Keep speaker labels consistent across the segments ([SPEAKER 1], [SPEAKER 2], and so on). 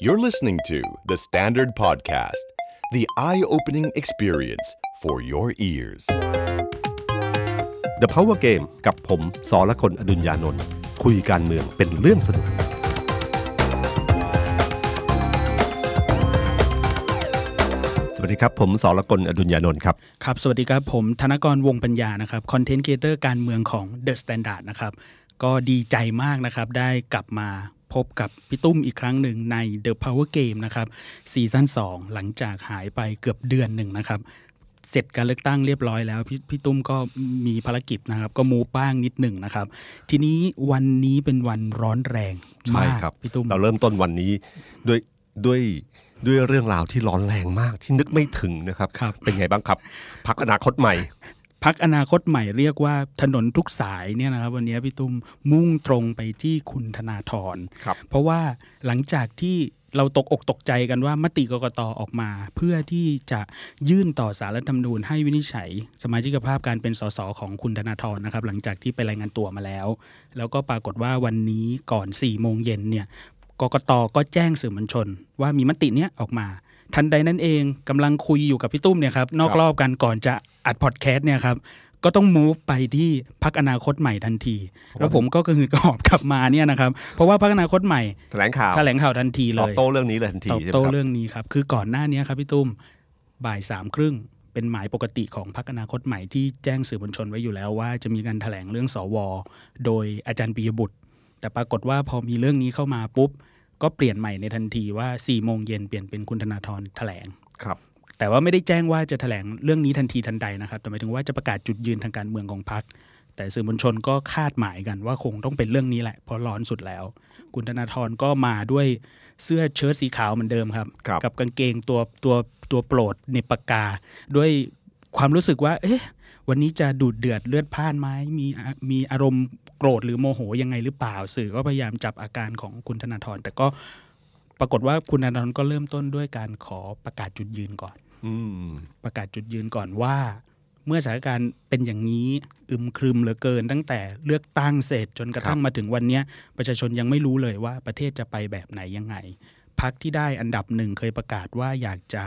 [SPEAKER 1] You're listening to The Standard Podcast, the eye opening experience for your ears.
[SPEAKER 2] The Power Game กับผมสอละคนอดุญญานนท์คุยการเมืองเป็นเรื่องสนุก สวัสดีครับ ผมสอละคนอดุญญานนท์ครับ
[SPEAKER 3] ครับ สวัสดีครับ ผมธนกรวงปัญญานะครับคอนเทนต์ครีเอเตอร์การเมืองของ The Standard นะครับก็ดีใจมากนะครับ ได้กลับมาพบกับพี่ตุ้มอีกครั้งหนึ่งใน The Power Game นะครับซีซั่น2หลังจากหายไปเกือบเดือนหนึ่งนะครับ เสร็จการเลือกตั้งเรียบร้อยแล้ว พี่พี่ตุ้มก็มีภารกิจนะครับ ก็มูฟบ้างนิดหนึ่งนะครับ ทีนี้วันนี้เป็นวันร้อนแรง
[SPEAKER 2] ใช่
[SPEAKER 3] มาก
[SPEAKER 2] ครับ
[SPEAKER 3] พี่ตุ้ม
[SPEAKER 2] เราเริ่มต้นวันนี้ด้วยด้วยด้วยเรื่องราวที่ร้อนแรงมากที่นึกไม่ถึงนะครับ
[SPEAKER 3] ครับ
[SPEAKER 2] เป็นไงบ้างครับพักอนาคตใหม่
[SPEAKER 3] พักอนาคตใหม่เรียกว่าถนนทุกสายเนี่ยนะครับ วันนี้พี่ตุ้มมุ่งตรงไปที่คุณธนาธร
[SPEAKER 2] ครับ
[SPEAKER 3] เพราะว่าหลังจากที่เราตกอกตกใจกันว่ามติกกตอออกมา เพื่อที่จะยื่นต่อสารรัฐธรรมนูญให้วินิจฉัย สมาชิกภาพการเป็นสสของคุณธนาธรนะครับ หลังจากที่ไปรายงานตัวมาแล้ว แล้วก็ปรากฏว่าวันนี้ก่อน4ี่โมงเย็นเนี่ย กกตก็แจ้งสื่อมวลชน ว่ามีมติเนี้ยออกมา ทันใดนั้นเองกำลังคุยอยู่กับพี่ตุ้มเนี่ยครับนอก
[SPEAKER 2] ครับ
[SPEAKER 3] รอบกันก่อนจะอัดพอดแคสต์เนี่ยครับก็ต้อง move ไปที่พักอนาคตใหม่ทันที แล้วผมก็กระหืดกระหอบก ลับมาเนี่ยนะครับ เพราะว่าพักอนาคตใหม่
[SPEAKER 2] แถลงข่าว
[SPEAKER 3] แถลงข่าวทันทีเล
[SPEAKER 2] ตอบ
[SPEAKER 3] ย
[SPEAKER 2] โต้เรื่องนี้เลยทันที
[SPEAKER 3] ตอบ
[SPEAKER 2] ใช่ไหม
[SPEAKER 3] โต้
[SPEAKER 2] ครับ
[SPEAKER 3] เรื่องนี้ครับ คือก่อนหน้านี้ครับพี่ตุ้มบ่ายสามครึ่งเป็นหมายปกติของพรรคอนาคตใหม่ที่แจ้งสื่อมวลชนไว้อยู่แล้วว่าจะมีการถแถลงเรื่องสวโดยอาจารย์ปิยบุตร แต่ปรากฏว่าพอมีเรื่องนี้เข้ามาปุ๊บ ก็เปลี่ยนใหม่ในทันทีว่า4ี่โมงเย็นเปลี่ยนเป็นคุณธนาธรแถลง
[SPEAKER 2] ครับ
[SPEAKER 3] แต่ว่าไม่ได้แจ้งว่าจะแถลงเรื่องนี้ทันทีทันใดนะครับ แต่หมายถึงว่าจะประกาศจุดยืนทางการเมืองของพรรคแต่สื่อมวลชนก็คาดหมายกันว่าคงต้องเป็นเรื่องนี้แหละเพราะร้อนสุดแล้ว คุณธนาธรก็มาด้วยเสื้อเชิ้ตสีขาวเหมือนเดิมครับ
[SPEAKER 2] ครับ
[SPEAKER 3] กับกางเกงตัวตัวตัวโปรดเหนบปากกา ด้วยความรู้สึกว่า เอ๊ะ วันนี้จะดูดเดือดเลือดพล่านไหมมีมีอารมณ์โกรธหรือโมโหยังไงหรือเปล่า สื่อก็พยายามจับอาการของคุณธนาธรแต่ก็ปรากฏว่าคุณธนาธรก็เริ่มต้นด้วยการขอประกาศจุดยืนก่อน
[SPEAKER 2] อืม
[SPEAKER 3] ประกาศจุดยืนก่อนว่า เมื่อสถานการณ์เป็นอย่างนี้อึมครึมเหลือเกินตั้งแต่เลือกตั้งเสร็จจนกระทั่งมาถึงวันเนี้ยประชาชนยังไม่รู้เลยว่าประเทศจะไปแบบไหนยังไงพักที่ได้อันดับหนึ่งเคยประกาศว่าอยากจะ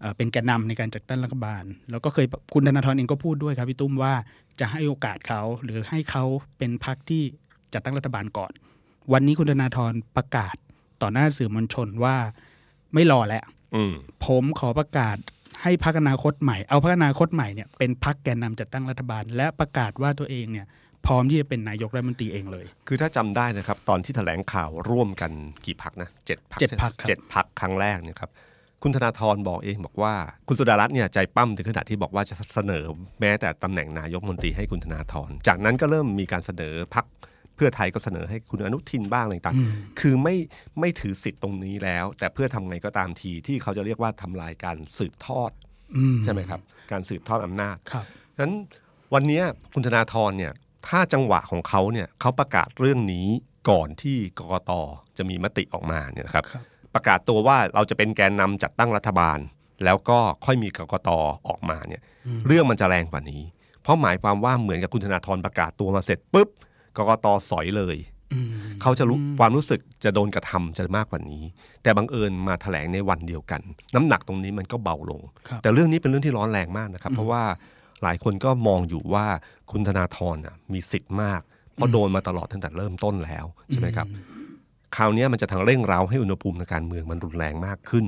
[SPEAKER 3] เอ่อเป็นแกนนำในการจัดตั้งรัฐบาล แล้วก็เคยคุณธนาธรเองก็พูดด้วยครับพี่ตุ้มว่าจะให้โอกาสเขาหรือให้เขาเป็นพักที่จัดตั้งรัฐบาลก่อน วันนี้คุณธนาธรประกาศต่อหน้าสื่อมวลชนว่าไม่รอแล้ว
[SPEAKER 2] อืม
[SPEAKER 3] ผมขอประกาศให้พักอนาคตใหม่ เอาพักอนาคตใหม่เนี่ยเป็นพักแกนนำจัดตั้งรัฐบาล และประกาศว่าตัวเองเนี่ยพร้อมที่จะเป็นนายกรัฐมนตรีเองเลย
[SPEAKER 2] คือถ้าจำได้นะครับ ตอนที่แถลงข่าวร่วมกันกี่พักนะเจ็ดพัก
[SPEAKER 3] เจ็ดพรรคครับ
[SPEAKER 2] เจ็ดพักครั้งแรกเนี่ยครับคุณธนาธรบอกเองบอกว่า คุณสุดารัตน์เนี่ยใจปั้มถึงขนาดที่บอกว่าจะเสนอแม้แต่ตำแหน่งนายกมนตรีให้คุณธนาธรจากนั้นก็เริ่มมีการเสนอพักเพื่อไทยก็เสนอให้คุณอนุทินบ้างอะไรต่างๆคือไม่ไม่ถือสิทธิ์ตรงนี้แล้ว แต่เพื่อทำไงก็ตามทีที่เขาจะเรียกว่าทำลายการสืบทอด
[SPEAKER 3] อื
[SPEAKER 2] ใช่ไหมครับ การสืบทอดอำนาจ
[SPEAKER 3] ครับ
[SPEAKER 2] ฉะนั้นวันเนี้ยคุณธนาธรเนี่ยถ้าจังหวะของเขาเนี่ยเขาประกาศเรื่องนี้ก่อนที่กกตจะมีมติออกมาเนี่ยนะครับ
[SPEAKER 3] ครับ
[SPEAKER 2] ประกาศตัวว่าเราจะเป็นแกนนำจัดตั้งรัฐบาล แล้วก็ค่อยมีกกตออกมาเนี่ยเรื่องมันจะแรงกว่านี้ เพราะหมายความว่าเหมือนกับคุณธนาธรประกาศตัวมาเสร็จปุ๊บกกตสอยเลย
[SPEAKER 3] อืม
[SPEAKER 2] เขาจะรู้ความรู้สึกจะโดนกระทำจะมากกว่านี้ แต่บังเอิญมาแถลงในวันเดียวกัน น้ำหนักตรงนี้มันก็เบาลง
[SPEAKER 3] ครับ
[SPEAKER 2] แต่เรื่องนี้เป็นเรื่องที่ร้อนแรงมากนะครับ เพราะว่าหลายคนก็มองอยู่ว่าคุณธนาธรน่ะมีสิทธิ์มาก เพราะโดนมาตลอดตั้งแต่เริ่มต้นแล้วใช่ไหมครับ คราวเนี้ยมันจะทางเร่งเร้าให้อุณหภูมิทางการเมืองมันรุนแรงมากขึ้น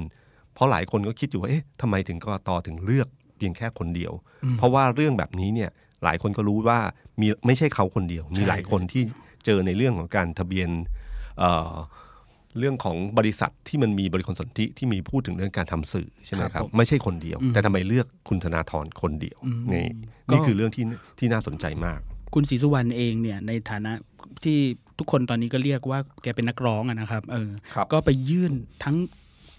[SPEAKER 2] เพราะหลายคนก็คิดอยู่ว่าเอ๊ะทำไมถึงกตถึงเลือกเพียงแค่คนเดียว เพราะว่าเรื่องแบบนี้เนี่ยหลายคนก็รู้ว่ามีไม่ใช่เขาคนเดียว มีหลายคนที่เจอในเรื่องของการทะเบียนเอ่อ เรื่องของบริษัทที่มันมีบริคลสนธิที่มีพูดถึงเรื่องการทำสื่อใช่ไหมครับ ไม่ใช่คนเดียว แต่ทำไมเลือกคุณธนาธรคนเดียวนี่นี่คือเรื่องที่ที่น่าสนใจมาก
[SPEAKER 3] คุณศรีสุวรรณเองเนี่ยในฐานะที่ทุกคนตอนนี้ก็เรียกว่าแกเป็นนักร้องอะนะครับเออ
[SPEAKER 2] ครับ
[SPEAKER 3] ก็ไปยื่นทั้ง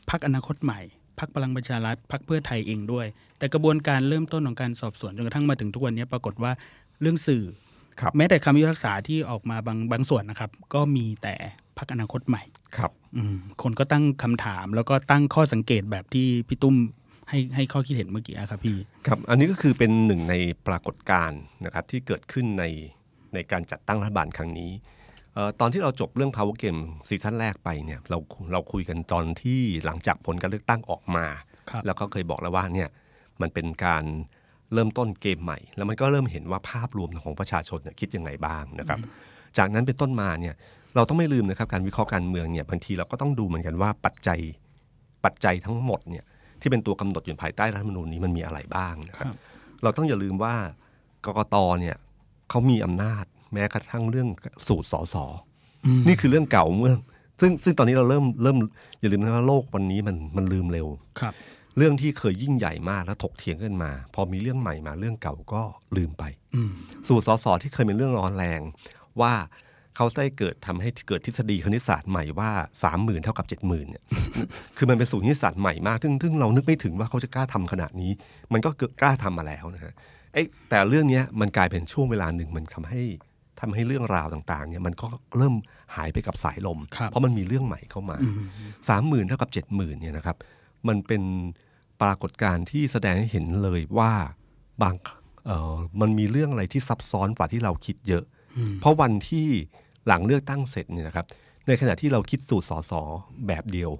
[SPEAKER 3] พักอนาคตใหม่พักพลังประชารัฐพักเพื่อไทยเองด้วย แต่กระบวนการเริ่มต้นของการสอบสวนจนกระทั่งมาถึงทุกวันนี้ปรากฏว่าเรื่องสื่อ
[SPEAKER 2] ครับ
[SPEAKER 3] แม้แต่คำพิพากษาที่ออกมาบางบางส่วนนะครับ ก็มีแต่พักอนาคตใหม่
[SPEAKER 2] ครับ
[SPEAKER 3] อืมคนก็ตั้งคำถามแล้วก็ตั้งข้อสังเกตแบบที่พี่ตุ้มให้ให้ข้อคิดเห็นเมื่อกี้อะครับพี่
[SPEAKER 2] ครับ อันนี้ก็คือเป็นหนึ่งในปรากฏการณ์นะครับที่เกิดขึ้นในในการจัดตั้งรัฐบาลครั้งนี้ เอ่อตอนที่เราจบเรื่อง power game ซีซั่นแรกไปเนี่ยเราเราคุยกันตอนที่หลังจากผลการเลือกตั้งออกมา
[SPEAKER 3] ครับ
[SPEAKER 2] แล้วก็เคยบอกแล้วว่าเนี่ยมันเป็นการเริ่มต้นเกมใหม่ แล้วมันก็เริ่มเห็นว่าภาพรวมของประชาชนเนี่ยคิดยังไงบ้างนะครับ จากนั้นเป็นต้นมาเนี่ยเราต้องไม่ลืมนะครับการวิเคราะห์การเมืองเนี่ยบางทีเราก็ต้องดูเหมือนกันว่าปัจจัยปัจจัยทั้งหมดเนี่ยที่เป็นตัวกำหนดอยู่ภายใต้รัฐธรรมนูญนี้มันมีอะไรบ้างนะค
[SPEAKER 3] ค
[SPEAKER 2] รั
[SPEAKER 3] รับ บ
[SPEAKER 2] เราต้องอย่าลืมว่ากกตเนี่ยเขามีอำนาจแม้กระทั่งเรื่องสูตรสสนี่คือเรื่องเก่าเมื่อซึ่งซึ่งตอนนี้เราเริ่มเริ่มอย่าลืมนะว่าโลกวันนี้มันมันลืมเร็ว
[SPEAKER 3] ครับ
[SPEAKER 2] เรื่องที่เคยยิ่งใหญ่มากแล้วถกเถียงกันมา พอมีเรื่องใหม่มาเรื่องเก่าก็ลืมไป
[SPEAKER 3] อืม
[SPEAKER 2] สูตรสสที่เคยเป็นเรื่องร้อนแรง ว่าเขาได้เกิดทำให้เกิดทฤษฎีคณิตศาสตร์ใหม่ว่า 3 0,000 เท่ากับ 7 0,000เนี่ย คือมันเป็นสูตรคณิตศาสตร์ใหม่มากซึ่งซึ่งเรานึกไม่ถึงว่าเขาจะกล้าทำขนาดนี้ มันก็เกิดกล้าทำมาแล้วนะฮะเอ้ยแต่เรื่องเนี้ยมันกลายเป็นช่วงเวลาหนึ่งมันทำให้ทำให้เรื่องราวต่างๆเนี่ยมันก็เริ่มหายไปกับสายลม
[SPEAKER 3] ครับ
[SPEAKER 2] เพราะมันมีเรื่องใหม่เข้ามา สามหมื่นเท่ากับเจ็ดหมื่นเนี่ยนะครับ มันเป็นปรากฏการณ์ที่แสดงให้เห็นเลยว่าบางเอ่อมันมีเรื่องอะไรที่ซับซ้อนกว่าที่เราคิดเยอะ เพราะวันที่หลังเลือกตั้งเสร็จเนี่ยนะครับ ในขณะที่เราคิดสูตรสอสอแบบเดียว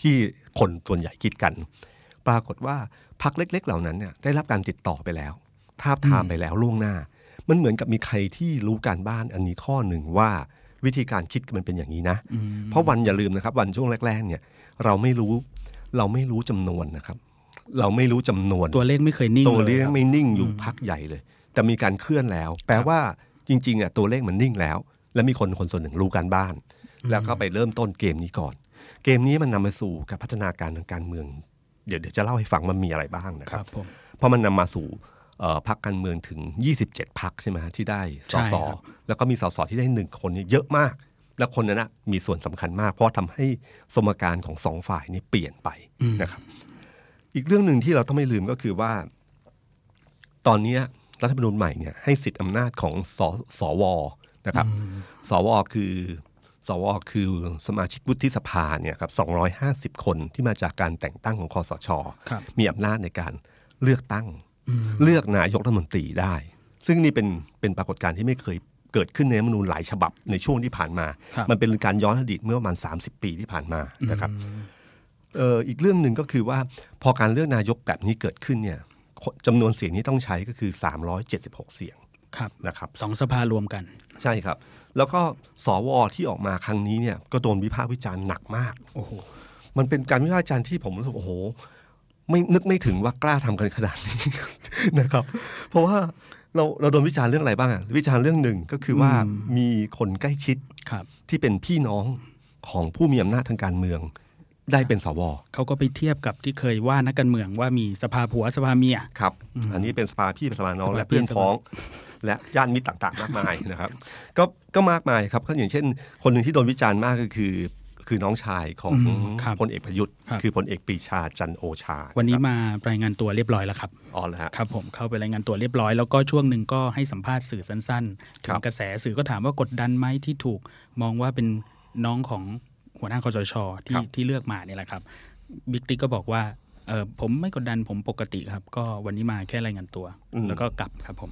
[SPEAKER 2] ที่คนส่วนใหญ่คิดกัน ปรากฏว่าพักเล็ก ๆ เหล่านั้นเนี่ยได้รับการติดต่อไปแล้วทาบทามไปแล้วล่วงหน้า มันเหมือนกับมีใครที่รู้การบ้านอันนี้ข้อหนึ่งว่าวิธีการคิดมันเป็นอย่างนี้นะ เพราะวันอย่าลืมนะครับ วันช่วงแรก ๆ เนี่ย เราไม่รู้เราไม่รู้จำนวนนะครับ เราไม่รู้จำนวน
[SPEAKER 3] ตัวเลขไม่เคยนิ่ง
[SPEAKER 2] ตัวเล
[SPEAKER 3] ย
[SPEAKER 2] ข
[SPEAKER 3] ครับ
[SPEAKER 2] ไม่นิ่งอยู่พักใหญ่เลย แต่มีการเคลื่อนแล้ว แปลว่าจริงๆอ่ะตัวเลขมันนิ่งแล้ว แล้วมีคนคนส่วนหนึ่งรู้การบ้าน แล้วก็ไปเริ่มต้นเกมนี้ก่อน เกมนี้มันนำมาสู่การพัฒนาการทางการเมือง เดี๋ยวเดี๋ยวจะเล่าให้ฟังมันมีอะไรบ้างนะ
[SPEAKER 3] ค
[SPEAKER 2] ครั
[SPEAKER 3] รั
[SPEAKER 2] บบ
[SPEAKER 3] ผม
[SPEAKER 2] เพราะมันนำมาสู่เอ่อพักการเมืองถึง 27พักใช่ไหมฮะที่ได้ส
[SPEAKER 3] ใช่
[SPEAKER 2] ส
[SPEAKER 3] ครับ
[SPEAKER 2] แล้วก็มีสสที่ได้หนึ่งคนเนี่ยเยอะมาก แล้วคนนั้นนะมีส่วนสำคัญมาก เพราะทำให้สมการของสองฝ่ายนี่เปลี่ยนไปนะครับ อีกเรื่องหนึ่งที่เราต้องไม่ลืมก็คือว่า ตอนเนี้ยรัฐธรรมนูญใหม่เนี่ยให้สิทธิอำนาจของสสวนะครับ สวคือสวคือสมาชิกวุฒิสภาเนี่ยครับ250 คนที่มาจากการแต่งตั้งของคอสช
[SPEAKER 3] ครับ
[SPEAKER 2] มีอำนาจในการเลือกตั้ง เลือกนายกรัฐมนตรีได้ ซึ่งนี่เป็นเป็นปรากฏการณ์ที่ไม่เคยเกิดขึ้นในรัฐธรรมนูญหลายฉบับในช่วงที่ผ่านมา
[SPEAKER 3] ครับ
[SPEAKER 2] มันเป็นการย้อนอดีตเมื่อประมาณ 30 ปีที่ผ่านมานะครับ เอ่ออีกเรื่องหนึ่งก็คือว่าพอการเลือกนายกแบบนี้เกิดขึ้นเนี่ยคนจำนวนเสียงที่ต้องใช้ก็คือ 376 เสียง
[SPEAKER 3] ครับ
[SPEAKER 2] นะครับ
[SPEAKER 3] สองสภารวมกัน
[SPEAKER 2] ใช่ครับ แล้วก็สวที่ออกมาครั้งนี้เนี่ยก็โดนวิพากษ์วิจารณ์หนักมาก
[SPEAKER 3] โอ้โห
[SPEAKER 2] มันเป็นการวิพากษ์วิจารณ์ที่ผมรู้สึกโอ้โห ไม่นึกไม่ถึงว่ากล้าทำกันขนาดนี้ นะครับ เพราะว่าเราเราโดนวิจารณ์เรื่องอะไรบ้างอะวิจารณ์เรื่องหนึ่งก็คือว่า
[SPEAKER 3] อืม
[SPEAKER 2] มีคนใกล้ชิด
[SPEAKER 3] ครับ
[SPEAKER 2] ที่เป็นพี่น้องของผู้มีอำนาจทางการเมือง ได้เป็นสว
[SPEAKER 3] เขาก็ไปเทียบกับที่เคยว่านักการเมืองว่ามีสภาผัวสภาเมีย
[SPEAKER 2] ครับ อันนี้เป็นสภาพี่สภาน้อง
[SPEAKER 3] สภา
[SPEAKER 2] และเพื่อน
[SPEAKER 3] พี่สภา
[SPEAKER 2] พ้อง และญาติมิตรต่างๆ มาก มายนะครับ ก็ก็มากมายครับก็อย่างเช่น คนหนึ่งที่โดนวิจารณ์มากก็คือ คือน้องชายของ
[SPEAKER 3] อืมครับ
[SPEAKER 2] พลเอกประยุทธ์
[SPEAKER 3] ครับ
[SPEAKER 2] คือพลเอกปรีชาจันทร์โอชา
[SPEAKER 3] วันนี้
[SPEAKER 2] ครับ
[SPEAKER 3] มารายงานตัวเรียบร้อยแล้วครับ
[SPEAKER 2] อ๋อแล้วฮะ
[SPEAKER 3] ครับผมเข้าไปรายงานตัวเรียบร้อยแล้วก็ช่วงหนึ่งก็ให้สัมภาษณ์สื่อสั้นๆ
[SPEAKER 2] ครั
[SPEAKER 3] ถึ
[SPEAKER 2] บ
[SPEAKER 3] งกระแสสื่อก็ถามว่ากดดันไหมที่ถูกมองว่าเป็นน้องของหัวหน้าคอสชที่ที่เลือกมาเนี่ยแหละครับบิ๊กติ๊กก็บอกว่าเออผมไม่กดดันผมปกติครับ ก็วันนี้มาแค่รายงานตัว แล้วก็กลับครับผม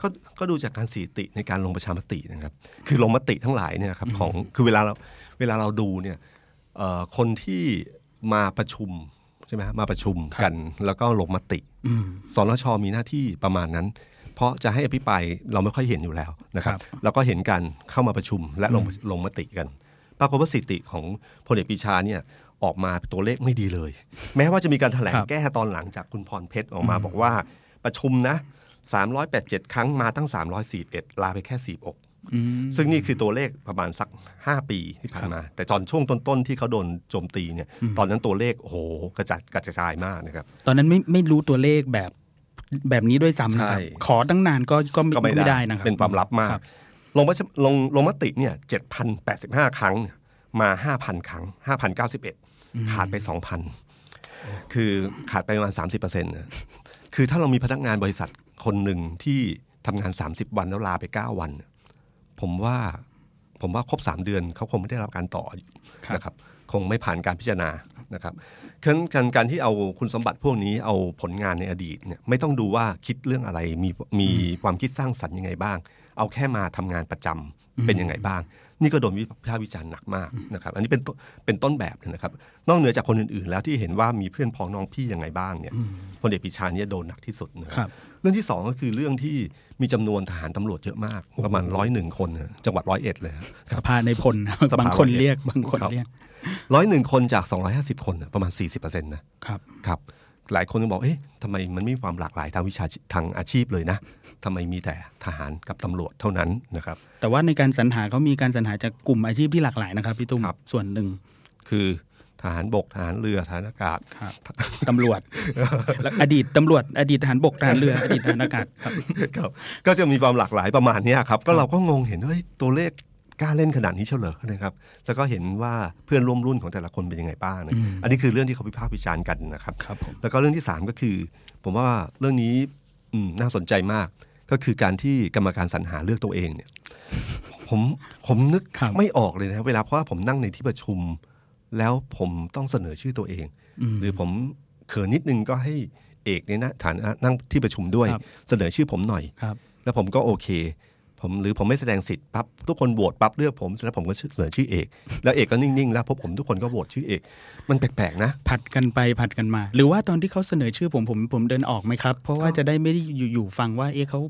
[SPEAKER 2] ก็ก็ดูจากการสีติในการลงประชามตินะครับ คือลงมติทั้งหลายเนี่ยนะครับของคือเวลาเราเวลาเราดูเนี่ยเอ่อคนที่มาประชุมใช่ไหมฮะมาประชุมกัน แล้วก็ลงมติสนชมีหน้าที่ประมาณนั้น เพราะจะให้อภิปรายเราไม่ค่อยเห็นอยู่แล้วนะครับ
[SPEAKER 3] ครับ
[SPEAKER 2] แล้วก็เห็นกันเข้ามาประชุมและลงลงมติกัน ปรากฏว่าสิติของพลเอกปรีชาเนี่ยออกมาตัวเลขไม่ดีเลย แม้ว่าจะมีการแถลง
[SPEAKER 3] ครับ
[SPEAKER 2] แก้ตอนหลังจากคุณพรเพชรออกมาบอกว่าประชุมนะ 387 ครั้งมาตั้ง 341 ลาไปแค่ 46
[SPEAKER 3] อืม
[SPEAKER 2] ซึ่งนี่คือตัวเลขประมาณสัก 5 ปีที่ผ่านมา แต่ตอนช่วงต้นๆที่เขาโดนโจมตีเนี่ยตอนนั้นตัวเลขโอ้โหกระจัดกระจายมากนะครับ
[SPEAKER 3] ตอนนั้นไม่ไม่รู้ตัวเลขแบบแบบนี้ด้วยซ้ำนะครับ
[SPEAKER 2] ใช่
[SPEAKER 3] ขอตั้งนานก็ก็ไม่
[SPEAKER 2] ก็ไม่
[SPEAKER 3] ไม่
[SPEAKER 2] ได้
[SPEAKER 3] ได้นะครับ
[SPEAKER 2] เป็นความลับมาก
[SPEAKER 3] ครับ
[SPEAKER 2] ลงประชลงลงมติเนี่ย7,085 ครั้งมา 5,000 ครั้ง 5,091 ขาดไป 2,000 คือขาดไปประมาณ 30%นะคือถ้าเรามีพนักงานบริษัทคนหนึ่งที่ทำงาน 30 วันแล้วลาไป 9 วัน ผมว่าผมว่าครบ 3 เดือนเขาคงไม่ได้รับการต่อ
[SPEAKER 3] ครับ
[SPEAKER 2] นะครับ คงไม่ผ่านการพิจารณานะครับฉะนั้นการการที่เอาคุณสมบัติพวกนี้เอาผลงานในอดีตเนี่ยไม่ต้องดูว่าคิดเรื่องอะไรมีมีความคิดสร้างสรรค์ยังไงบ้าง เอาแค่มาทำงานประจำเป็นยังไงบ้าง นี่ก็โดนวิพากษ์วิจารณ์หนักมากนะครับ อันนี้เป็นต้นเป็นต้นแบบเลยนะครับ นอกเหนือจากคนอื่นๆ แล้วที่เห็นว่ามีเพื่อนพ้องน้องพี่ยังไงบ้างเนี่ยพลเอกปรีชาเนี่ยโดนหนักที่สุดนะ
[SPEAKER 3] ค
[SPEAKER 2] ค
[SPEAKER 3] รั
[SPEAKER 2] รับ บ เรื่องที่สองก็คือเรื่องที่มีจำนวนทหารตำรวจเยอะมาก ประมาณร้อยหนึ่งคนนะจังหวัดร้อยเอ็ดเลยนะ
[SPEAKER 3] สภาในพลนะ
[SPEAKER 2] สภา
[SPEAKER 3] บางคน
[SPEAKER 2] ในพล
[SPEAKER 3] เรียกบางคน
[SPEAKER 2] ครับ
[SPEAKER 3] เรียก
[SPEAKER 2] ร้อยหนึ่งคนจาก 250 คนน่ะประมาณ 40%นะครับ ครับหลายคนก็บอก เอ๊ะทำไมมันไม่มีความหลากหลายทางวิชาชีทางอาชีพเลยนะทำไมมีแต่ทหารกับตำรวจเท่านั้นนะครับ
[SPEAKER 3] แต่ว่าในการสรรหาเขามีการสรรหาจากกลุ่มอาชีพที่หลากหลายนะครับพี่ตุ้ม
[SPEAKER 2] ครับ
[SPEAKER 3] ส่วนหนึ่ง
[SPEAKER 2] คือทหารบกทหารเรือทหารอากาศ
[SPEAKER 3] ครับตำรวจและอดีตตำรวจ อดีตทหารบกทหารเรืออดีตทหารอากาศครับ
[SPEAKER 2] ครับก็จะมีความหลากหลายประมาณเนี้ยครับก็เราก็งงเห็นว่าเฮ้ยตัวเลขกล้าเล่นขนาดนี้เฉลอนะครับ แล้วก็เห็นว่าเพื่อนร่วมรุ่นของแต่ละคนเป็นยังไงบ้างนะ
[SPEAKER 3] อืม
[SPEAKER 2] อันนี้คือเรื่องที่เขาพิพากษ์วิจารณ์กันนะครับ
[SPEAKER 3] ครับผม
[SPEAKER 2] แล้วก็เรื่องที่ 3 ก็คือ ผมว่าเรื่องนี้อืมน่าสนใจมาก ก็คือการที่กรรมการสรรหาเลือกตัวเองเนี่ย ผมผมนึก
[SPEAKER 3] ครับ
[SPEAKER 2] ไม่ออกเลยนะครับเวลาเพราะว่าผมนั่งในที่ประชุม แล้วผมต้องเสนอชื่อตัวเอง หรือผมเขินนิดนึงก็ให้เอกในนะฐานะนั่งที่ประชุมด้วย
[SPEAKER 3] ครับ
[SPEAKER 2] เสนอชื่อผมหน่อย
[SPEAKER 3] ครับ
[SPEAKER 2] แล้วผมก็โอเค ผมหรือผมไม่แสดงสิทธิ์ปั๊บทุกคนโหวตปั๊บเลือกผมเสร็จแล้วผมก็เสนอชื่อเอก แล้วเอกก็นิ่งๆ แล้วพบผมทุกคนก็โหวตชื่อเอก มันแปลกๆนะ
[SPEAKER 3] ผัดกันไปผัดกันมา หรือว่าตอนที่เขาเสนอชื่อผมผมผมเดินออกไหมครับ เพราะว่าจะได้ไม่ได้อยู่อยู่ฟังว่าเอ๊ะเขา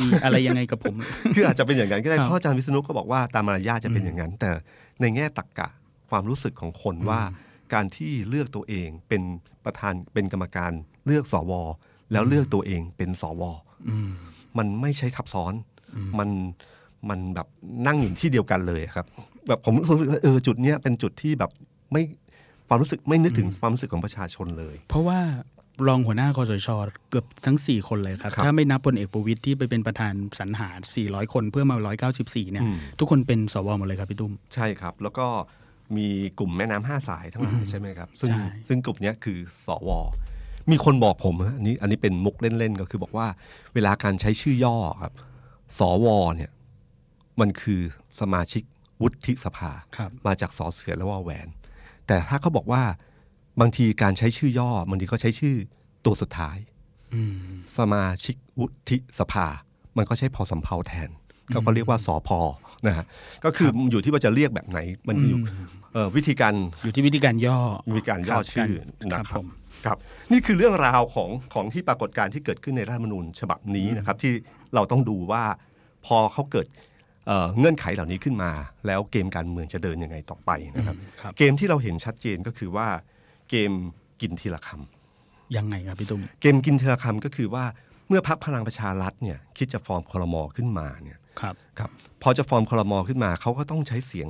[SPEAKER 3] มีอะไรยังไงกับผม
[SPEAKER 2] คืออาจจะเป็นอย่างนั้นก็ได้
[SPEAKER 3] ครับ
[SPEAKER 2] เพราะอาจารย์วิษณุก็บอกว่าตามมารยาทจะเป็นอย่างนั้น แต่ในแง่ตรกกะความรู้สึกของคนว่า การที่เลือกตัวเองเป็นประธานเป็นกรรมการเลือกสวแล้วเลือกตัวเองเป็นสวมันไม่ใช่ทับซ้อน มันมันแบบนั่งอยู่ที่เดียวกันเลยครับ แบบผมรู้สึกว่าเออจุดเนี้ยเป็นจุดที่แบบไม่ความรู้สึกไม่นึกถึงความรู้สึกของประชาชนเลย
[SPEAKER 3] เพราะว่ารองหัวหน้าคอสชเกือบทั้ง 4 คนเลยครับ
[SPEAKER 2] ครับ
[SPEAKER 3] ถ้าไม่นับพลเอกประวิตยที่ไปเป็นประธานสรรหา 400 คนเพื่อมา 194 เนี่ย
[SPEAKER 2] อืม
[SPEAKER 3] ทุกคนเป็นสวหมดเลยครับพี่ตุ้ม
[SPEAKER 2] ใช่ครับ แล้วก็มีกลุ่มแม่น้ำห้าสายทั้งหลายใช่ไหมครับซึ่ง
[SPEAKER 3] ใช่
[SPEAKER 2] ซึ่งกลุ่มเนี้ยคือสว มีคนบอกผมฮะอันนี้อันนี้เป็นมุกเล่นๆ ก็คือบอกว่าเวลาการใช้ชื่อย่อครับ สวเนี่ยมันคือสมาชิกวุฒิสภา
[SPEAKER 3] ครับ
[SPEAKER 2] มาจากสอเสือและวอแหวน แต่ถ้าเขาบอกว่าบางทีการใช้ชื่อย่อบางทีเขาใช้ชื่อตัวสุดท้าย
[SPEAKER 3] อืม
[SPEAKER 2] สมาชิกวุฒิสภา มันก็ใช้พอสำเพาแทนเขาก็เรียกว่าสอพอนะฮะก็คืออยู่ที่ว่าจะเรียกแบบไหน มันอยู่เอ่อวิธีการ
[SPEAKER 3] อยู่ที่วิธีการย่อ
[SPEAKER 2] มีการย่อชื่อนะค
[SPEAKER 3] ผ
[SPEAKER 2] รับ
[SPEAKER 3] ม
[SPEAKER 2] ครับ นี่คือเรื่องราวของของที่ปรากฏการณ์ที่เกิดขึ้นในรัฐธรรมนูญฉบับนี้นะครับ ที่เราต้องดูว่าพอเขาเกิดเอ่อเงื่อนไขเหล่านี้ขึ้นมา แล้วเกมการเมืองจะเดินยังไงต่อไปนะครับ
[SPEAKER 3] ครับ
[SPEAKER 2] เกมที่เราเห็นชัดเจนก็คือว่าเกมกินทีละคำ
[SPEAKER 3] ยังไงครับพี่ตุ้ม
[SPEAKER 2] เกมกินทีละคำก็คือว่าเมื่อพักพลังประชารัฐเนี่ยคิดจะฟอร์มคอรมอขึ้นมาเนี่ย
[SPEAKER 3] ครับ
[SPEAKER 2] ครับพอจะฟอร์มคอรมอขึ้นมาเขาก็ต้องใช้เสียง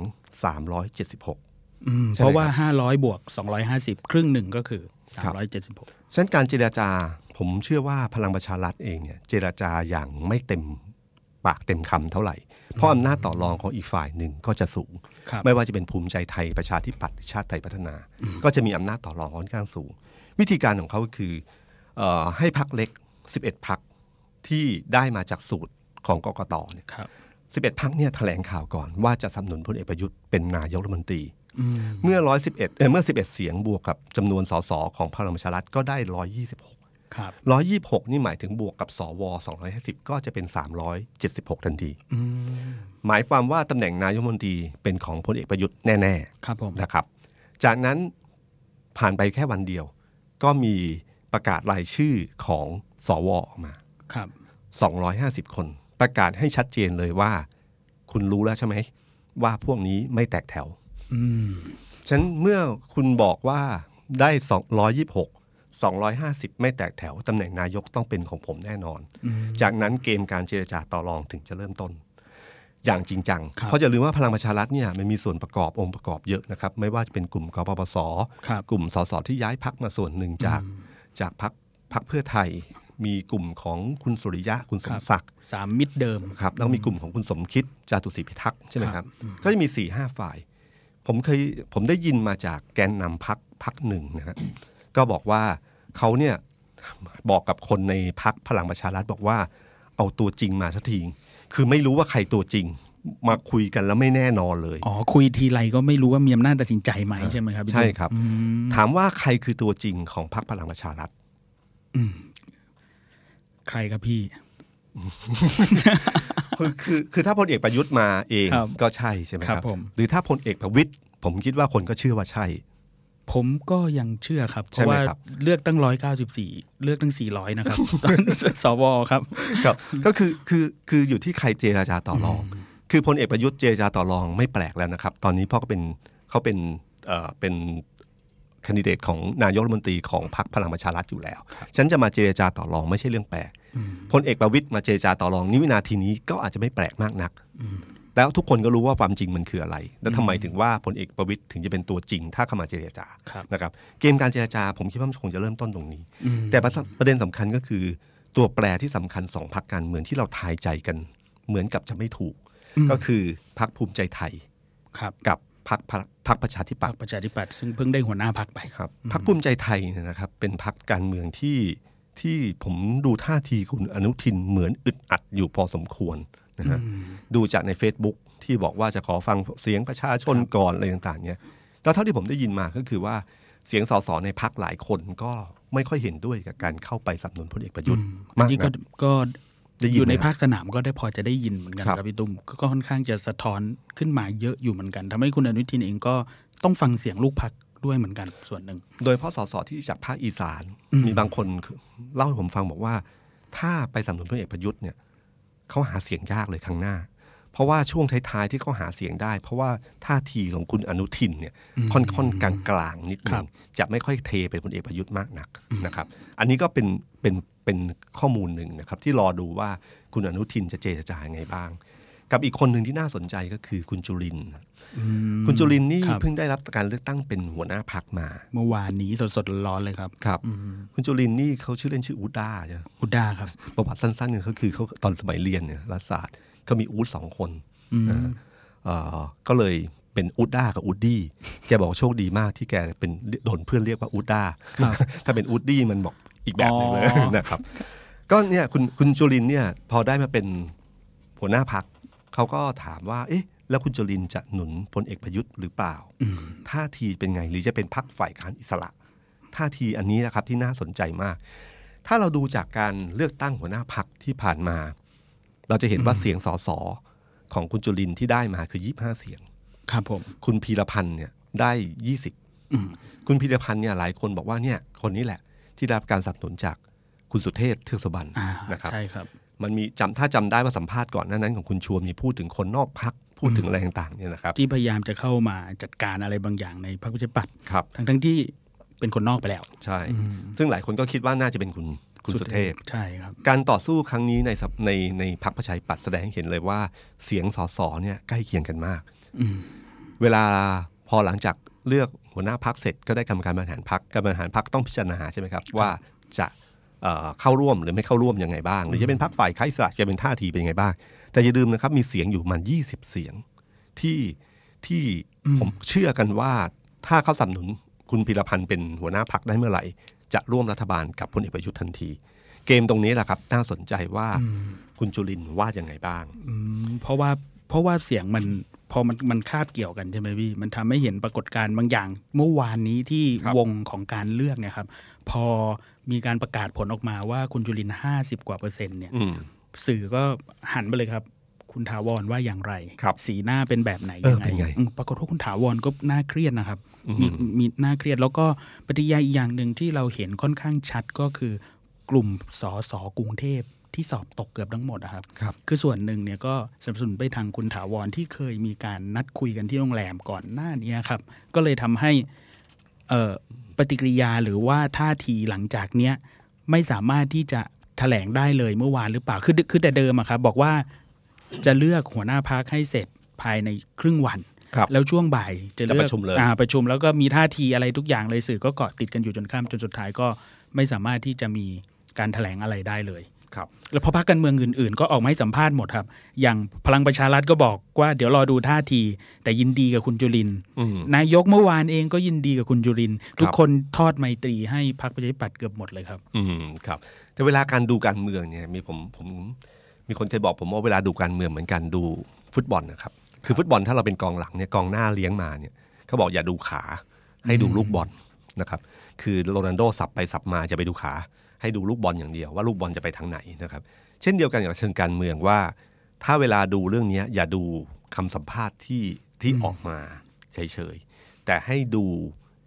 [SPEAKER 2] 376
[SPEAKER 3] อืม
[SPEAKER 2] ใช่ไหม
[SPEAKER 3] เพราะว่า 500 บวก 250 ครึ่งหนึ่งก็คือ
[SPEAKER 2] ครับ
[SPEAKER 3] 376
[SPEAKER 2] ฉะนั้นการเจราจาผมเชื่อว่าพลังประชารัฐเองเนี่ยเจราจาอย่างไม่เต็มปากเต็มคำเท่าไหร่ เพราะอำนาจต่อรองของอีกฝ่ายหนึ่งก็จะสูง
[SPEAKER 3] ครับ
[SPEAKER 2] ไม่ว่าจะเป็นภูมิใจไทยประชาธิปัตย์หรือชาติไทยพัฒนา ก็จะมีอำนาจต่อรองค่อนข้างสูง วิธีการของเขาก็คือเออให้พักเล็ก 11 พักที่ได้มาจากสูตรของกกตเนี่ย
[SPEAKER 3] ครับ
[SPEAKER 2] 11 พักเนี่ยแถลงข่าวก่อนว่าจะสนับสนุนพลเอกประยุทธ์เป็นนายกรัฐมนตรี
[SPEAKER 3] อืม
[SPEAKER 2] เมื่อ 111เอ่อเมื่อ 11 เสียงบวกกับจำนวนสสของพลังประชารัฐก็ได้ 126
[SPEAKER 3] ครับ
[SPEAKER 2] 126 นี่หมายถึงบวกกับสว250 ก็จะเป็น 376 ทันที
[SPEAKER 3] อืม
[SPEAKER 2] หมายความว่าตำแหน่งนายกรัฐมนตรีเป็นของพลเอกประยุทธ์แน่ ๆ
[SPEAKER 3] ครับผม
[SPEAKER 2] นะครับ จากนั้นผ่านไปแค่วันเดียว ก็มีประกาศรายชื่อของสวออกมา
[SPEAKER 3] ครับ
[SPEAKER 2] 250 คน ประกาศให้ชัดเจนเลยว่า คุณรู้แล้วใช่ไหม ว่าพวกนี้ไม่แตกแถว
[SPEAKER 3] อืม
[SPEAKER 2] ฉะนันเมื่อคุณบอกว่าได้ 226 250 ไม่แตกแถว ตำแหน่งนายกต้องเป็นของผมแน่นอน จากนั้นเกมการเจรจาต่อรองถึงจะเริ่มต้น อย่างจริงจัง
[SPEAKER 3] ครับ
[SPEAKER 2] เพราะอย่าลืมว่าพลังประชารัฐเนี่ยมันมีส่วนประกอบองค์ประกอบเยอะนะครับ ไม่ว่าจะเป็นกลุ่มกปปส
[SPEAKER 3] ครับ
[SPEAKER 2] กลุ่มสสที่ย้ายพักมาส่วนหนึ่งจากจากพักพักเพื่อไทย มีกลุ่มของคุณสุริยะคุณสม
[SPEAKER 3] ครับ
[SPEAKER 2] ศักดิ์
[SPEAKER 3] สามมิตรเดิม
[SPEAKER 2] ครับแล้วมีกลุ่มของคุณสมคิดจาตุศรีพิทักษ์ใช่ไหม
[SPEAKER 3] ค
[SPEAKER 2] ค
[SPEAKER 3] รั
[SPEAKER 2] รับ บ ก็จะมี4ี่ห้าฝ่าย ผมเคยผมได้ยินมาจากแกนนำพักพักหนึ่งนะฮะก็บอกว่าเขาเนี่ยบอกกับคนในพักพลังประชารัฐบอกว่า เอาตัวจริงมาสักทีคือไม่รู้ว่าใครตัวจริงมาคุยกันแล้วไม่แน่นอนเลย
[SPEAKER 3] อ๋อ คุยทีไรก็ไม่รู้ว่ามีอำนาจตัดสินใจไหมใช่ไหมครับพี่
[SPEAKER 2] ใช่
[SPEAKER 3] ตุ้ม
[SPEAKER 2] ครับ
[SPEAKER 3] อืม
[SPEAKER 2] ถามว่าใครคือตัวจริงของพักพลังประชารัฐ
[SPEAKER 3] อืม ใครครับพี่
[SPEAKER 2] คือคือคือถ้าพลเอกประยุทธ์มาเอง
[SPEAKER 3] ครับ
[SPEAKER 2] ก็ใช่ใช่ไหมค
[SPEAKER 3] ครั
[SPEAKER 2] รั
[SPEAKER 3] บบ ผม
[SPEAKER 2] หรือถ้าพลเอกประวิตยผมคิดว่าคนก็เชื่อว่าใช่
[SPEAKER 3] ผมก็ยังเชื่อครับ เพ
[SPEAKER 2] ใช่
[SPEAKER 3] ราะ
[SPEAKER 2] ไหม
[SPEAKER 3] ว่า
[SPEAKER 2] ครับ
[SPEAKER 3] เลือกตั้งร้อยเก้าสิบสี่เลือกตั้งสี่ร้อยนะครับ สวครับ
[SPEAKER 2] ครับ ก็คือคือคืออยู่ที่ใครเจรจาต่อรอง คือพลเอกประยุทธ์เจรจาต่อรองไม่แปลกแล้วนะครับ ตอนนี้พ่อก็เป็นเขาเป็นเอ่อเป็นคนดิเดตของนายกรัฐมนตรีของพรรคพลังประชารัฐอยู่แล้ว ฉันจะมาเจรจาต่อรองไม่ใช่เรื่องแปลกพลเอกประวิตยมาเจรจาต่อรองนี่วินาทีนี้ก็อาจจะไม่แปลกมากนัก แล้วทุกคนก็รู้ว่าความจริงมันคืออะไร แล้วทำไมถึงว่าพลเอกประวิตยถึงจะเป็นตัวจริง ถ้าเข้ามาเจรจา
[SPEAKER 3] ครับ
[SPEAKER 2] นะครับ เกมการเจรจาผมคิดว่ามันคงจะเริ่มต้นตรงนี้ แต่ประสประเด็นสำคัญก็คือ ตัวแปรที่สำคัญสองพักการเมืองที่เราทายใจกัน เหมือนกับจะไม่ถูก ก็คือพักภูมิใจไทย
[SPEAKER 3] ครับ
[SPEAKER 2] กับพักพักประชาธิ
[SPEAKER 3] พ
[SPEAKER 2] ปั
[SPEAKER 3] ร
[SPEAKER 2] ต
[SPEAKER 3] รค
[SPEAKER 2] ย์
[SPEAKER 3] ประชาธิปัตย์ซึ่งเพิ่งได้หัวหน้าพักไป
[SPEAKER 2] ครับพักภูมิใจไทยเนี่ยนะครับ เป็นพักการเมืองที่ที่ผมดูท่าทีคุณอนุทินเหมือนอึดอัดอยู่พอสมควรนะฮะดูจากใน Facebook ที่บอกว่าจะขอฟังเสียงประชาชนก่อนอะไรต่างๆเนี่ยแล้วเท่าที่ผมได้ยินมาก็คือว่าเสียงสสในพักหลายคนก็ไม่ค่อยเห็นด้วยกับการเข้าไปสนับสนุนพลเอกประยุทธ์มาก
[SPEAKER 3] นี่
[SPEAKER 2] นะ
[SPEAKER 3] ก็ก็
[SPEAKER 2] ได้ยิน
[SPEAKER 3] อยู่ใน
[SPEAKER 2] ไหมฮะ
[SPEAKER 3] ภาคสนามก็ได้พอจะได้ยินเหมือนกัน
[SPEAKER 2] ครับ
[SPEAKER 3] ครับพี่ตุ้มก็ก็ค่อนข้างจะสะท้อนขึ้นมาเยอะอยู่เหมือนกันทำให้คุณอนุทินเองก็ต้องฟังเสียงลูกพักด้วยเหมือนกันส่วนหนึ่ง
[SPEAKER 2] โดยเฉพ่อสสที่จากภาคอีสาน มีบางคนเล่าให้ผมฟังบอกว่า ถ้าไปสนับสนุนพลเอกประยุทธ์เนี่ยเขาหาเสียงยากเลยครั้งหน้า เพราะว่าช่วงท้ายๆที่เขาหาเสียงได้ เพราะว่าท่าทีของคุณอนุทินเนี่ยค่อนค่อนกลางกลางๆนิด
[SPEAKER 3] ค
[SPEAKER 2] นึ
[SPEAKER 3] รับ
[SPEAKER 2] งจะไม่ค่อยเทไปพลเอกประยุทธ์มากนักนะครับ อันนี้ก็เป็นเป็นเป็นข้อมูลหนึ่งนะครับ ที่รอดูว่าคุณอนุทินจะเจรจายังไงบ้าง กับอีกคนหนึ่งที่น่าสนใจก็คือคุณจุลินทร์คุณจุลินทร์นี่
[SPEAKER 3] ครับ
[SPEAKER 2] เพิ่งได้รับการเลือกตั้งเป็นหัวหน้าพักมา
[SPEAKER 3] เมื่อวานนี้สดๆร้อนๆเลยครับ
[SPEAKER 2] ครับคุณจุลินนี่เขาชื่อเล่นชื่ออูด้าใช่ไหม
[SPEAKER 3] อุด้าครับ
[SPEAKER 2] ประวัติสั้นๆเนี่ยเขาคือเขาตอนสมัยเรียนเนี่ยรัฐศาสตร์เขามีอูดสองคนเอ่อเอ่อก็เลยเป็นอูด้ากับอูดดี้แกบอกว่าโชคดีมากที่แกเป็นโดนเพื่อนเรียกว่าอูด้า ถ้าเป็นอูดดี้มันบอกอีกแบบหนึ่งเลย
[SPEAKER 3] อ๋อ
[SPEAKER 2] นะครับ ก็เนี่ยคุณคุณจุลินเนี่ยพอได้มาเป็นหัวหน้าพักเขาก็ถามว่า เอ๊ะ แล้วคุณจุลินจะหนุนพลเอกประยุทธ์หรือเปล่าท่าทีเป็นไงหรือจะเป็นพักฝ่ายค้านอิสระ ท่าทีอันนี้นะครับที่น่าสนใจมาก ถ้าเราดูจากการเลือกตั้งหัวหน้าพักที่ผ่านมา เราจะเห็นว่าเสียงสสของคุณจุลินที่ได้มาคือ 25 เสียง
[SPEAKER 3] ครับผม
[SPEAKER 2] คุณพีรพันธ์เนี่ยได้ 20 คุณพีรพันธ์เนี่ยหลายคนบอกว่าเนี่ยคนนี้แหละ ที่ได้รับการสนับสนุนจากคุณสุเทพเทือกสุบรรณ
[SPEAKER 3] อ่า
[SPEAKER 2] นะครับ
[SPEAKER 3] ใช่ครับ
[SPEAKER 2] มันมีจำถ้าจำได้ว่าสัมภาษณ์ก่อนหน้านั้นของคุณชวนมีพูดถึงคนนอกพักพูดถึงอะไรต่างๆเนี่ยนะครับ
[SPEAKER 3] ที่พยายามจะเข้ามาจัดการอะไรบางอย่างในพรรคประชาธิปัตย์
[SPEAKER 2] ครับ
[SPEAKER 3] ทั้งทั้งๆที่เป็นคนนอกไปแล้ว
[SPEAKER 2] ใช่ ซึ่งหลายคนก็คิดว่าน่าจะเป็นคุณคุณสุเทพ
[SPEAKER 3] ใช่ครับ
[SPEAKER 2] การต่อสู้ครั้งนี้ในสัปในในพรรคประชาธิปัตย์แสดงให้เห็นเลยว่าเสียงสสเนี่ยใกล้เคียงกันมากเวลาพอหลังจากเลือกหัวหน้าพักเสร็จก็ได้กรรมการบริหารพักกรรมการบริหารพักต้องพิจารณาใช่ไหมครับ ว่าจะเอ่อเข้าร่วมหรือไม่เข้าร่วมยังไงบ้าง หรือจะเป็นพักฝ่ายค้านอิสระจะเป็นท่าทีเป็นยังไงบ้าง แต่อย่าลืมนะครับมีเสียงอยู่ประมัน20 เสียง ที่ที่ผมเชื่อกันว่าถ้าเขาสนับสนุนคุณพิรพันธ์เป็นหัวหน้าพักได้เมื่อไหร่ จะร่วมรัฐบาลกับพลเอกประยุทธ์ทันที เกมตรงนี้แหละครับ น่าสนใจว่าคุณจุลินทร์ว่ายังไงบ้าง
[SPEAKER 3] อืมเพราะว่าเพราะว่าเสียงมันพอมันมันคาบเกี่ยวกันใช่ไหมพี่มันทำให้เห็นปรากฏการณ์บางอย่าง เมื่อวานนี้ที่
[SPEAKER 2] ครับ
[SPEAKER 3] วงของการเลือกเนะครับ พอมีการประกาศผลออกมาว่าคุณจุลินห้าสิบกว่าเปอร์เซ็นต์เนี่ยสื่อก็หันไปเลยครับ คุณถาวรว่าอย่างไร
[SPEAKER 2] ครับ
[SPEAKER 3] สีหน้าเป็นแบบไหน
[SPEAKER 2] เออ
[SPEAKER 3] ยั
[SPEAKER 2] เป็น
[SPEAKER 3] งไง
[SPEAKER 2] ไง
[SPEAKER 3] อืมปรากฏว่าคุณถาวรก็น่าเครียดนะครับ มีมีน่าเครียดแล้วก็ปฏิกิริยาอีกอย่างหนึ่งที่เราเห็นค่อนข้างชัดก็คือกลุ่มสอสอกรุงเทพที่สอบตกเกือบทั้งหมดอะครับ
[SPEAKER 2] ครับ
[SPEAKER 3] คือส่วนหนึ่งเนี่ยก็สนับสนุนไปทางคุณถาวรที่เคยมีการนัดคุยกันที่โรงแรมก่อนหน้านี้ครับ ก็เลยทำให้เอ่อปฏิกิริยาหรือว่าท่าทีหลังจากเนี้ยไม่สามารถที่จะแถลงได้เลยเมื่อวานหรือเปล่า คือคือแต่เดิมอะครับบอกว่าจะเลือกหัวหน้าพักให้เสร็จภายในครึ่งวัน
[SPEAKER 2] ครับ
[SPEAKER 3] แล้วช่วงบ่ายจะเลื
[SPEAKER 2] จะ
[SPEAKER 3] อก
[SPEAKER 2] ประชุมเลย
[SPEAKER 3] อ่าประชุมแล้วก็มีท่าทีอะไรทุกอย่างเลยสื่อก็เกาะติดกันอยู่จนข้ามจนสุดท้ายก็ไม่สามารถที่จะมีการแถลงอะไรได้เลย
[SPEAKER 2] ครับ
[SPEAKER 3] แล้วพอพักการเมืองอื่นๆ ก็ออกมาให้สัมภาษณ์หมดครับ อย่างพลังประชารัฐก็บอกว่าเดี๋ยวรอดูท่าที แต่ยินดีกับคุณจุลินทร์
[SPEAKER 2] อืม
[SPEAKER 3] นายกเมื่อวานเองก็ยินดีกับคุณจุลินทร์ทุก
[SPEAKER 2] ครับ
[SPEAKER 3] คนทอดไมตรีให้พักประชาธิปัตย์เกือบหมดเลยครับ
[SPEAKER 2] อืมครับ แต่เวลาการดูการเมืองเนี่ยมีผมผมมีคนเคยบอกผมว่าเวลาดูการเมืองเหมือนกันดูฟุตบอลนะครับ คือฟุตบอลถ้าเราเป็นกองหลังเนี่ยกองหน้าเลี้ยงมาเนี่ยเขาบอกอย่าดูขาให้ดูลูกบอลนะครับคือโรนัลโดสับไปสับมาจะไปดูขา ให้ดูลูกบอลอย่างเดียวว่าลูกบอลจะไปทางไหนนะครับ เช่นเดียวกันกับเชิงการเมืองว่า ถ้าเวลาดูเรื่องเนี้ยอย่าดูคำสัมภาษณ์ที่ที่ออกมาเฉยๆ แต่ให้ดู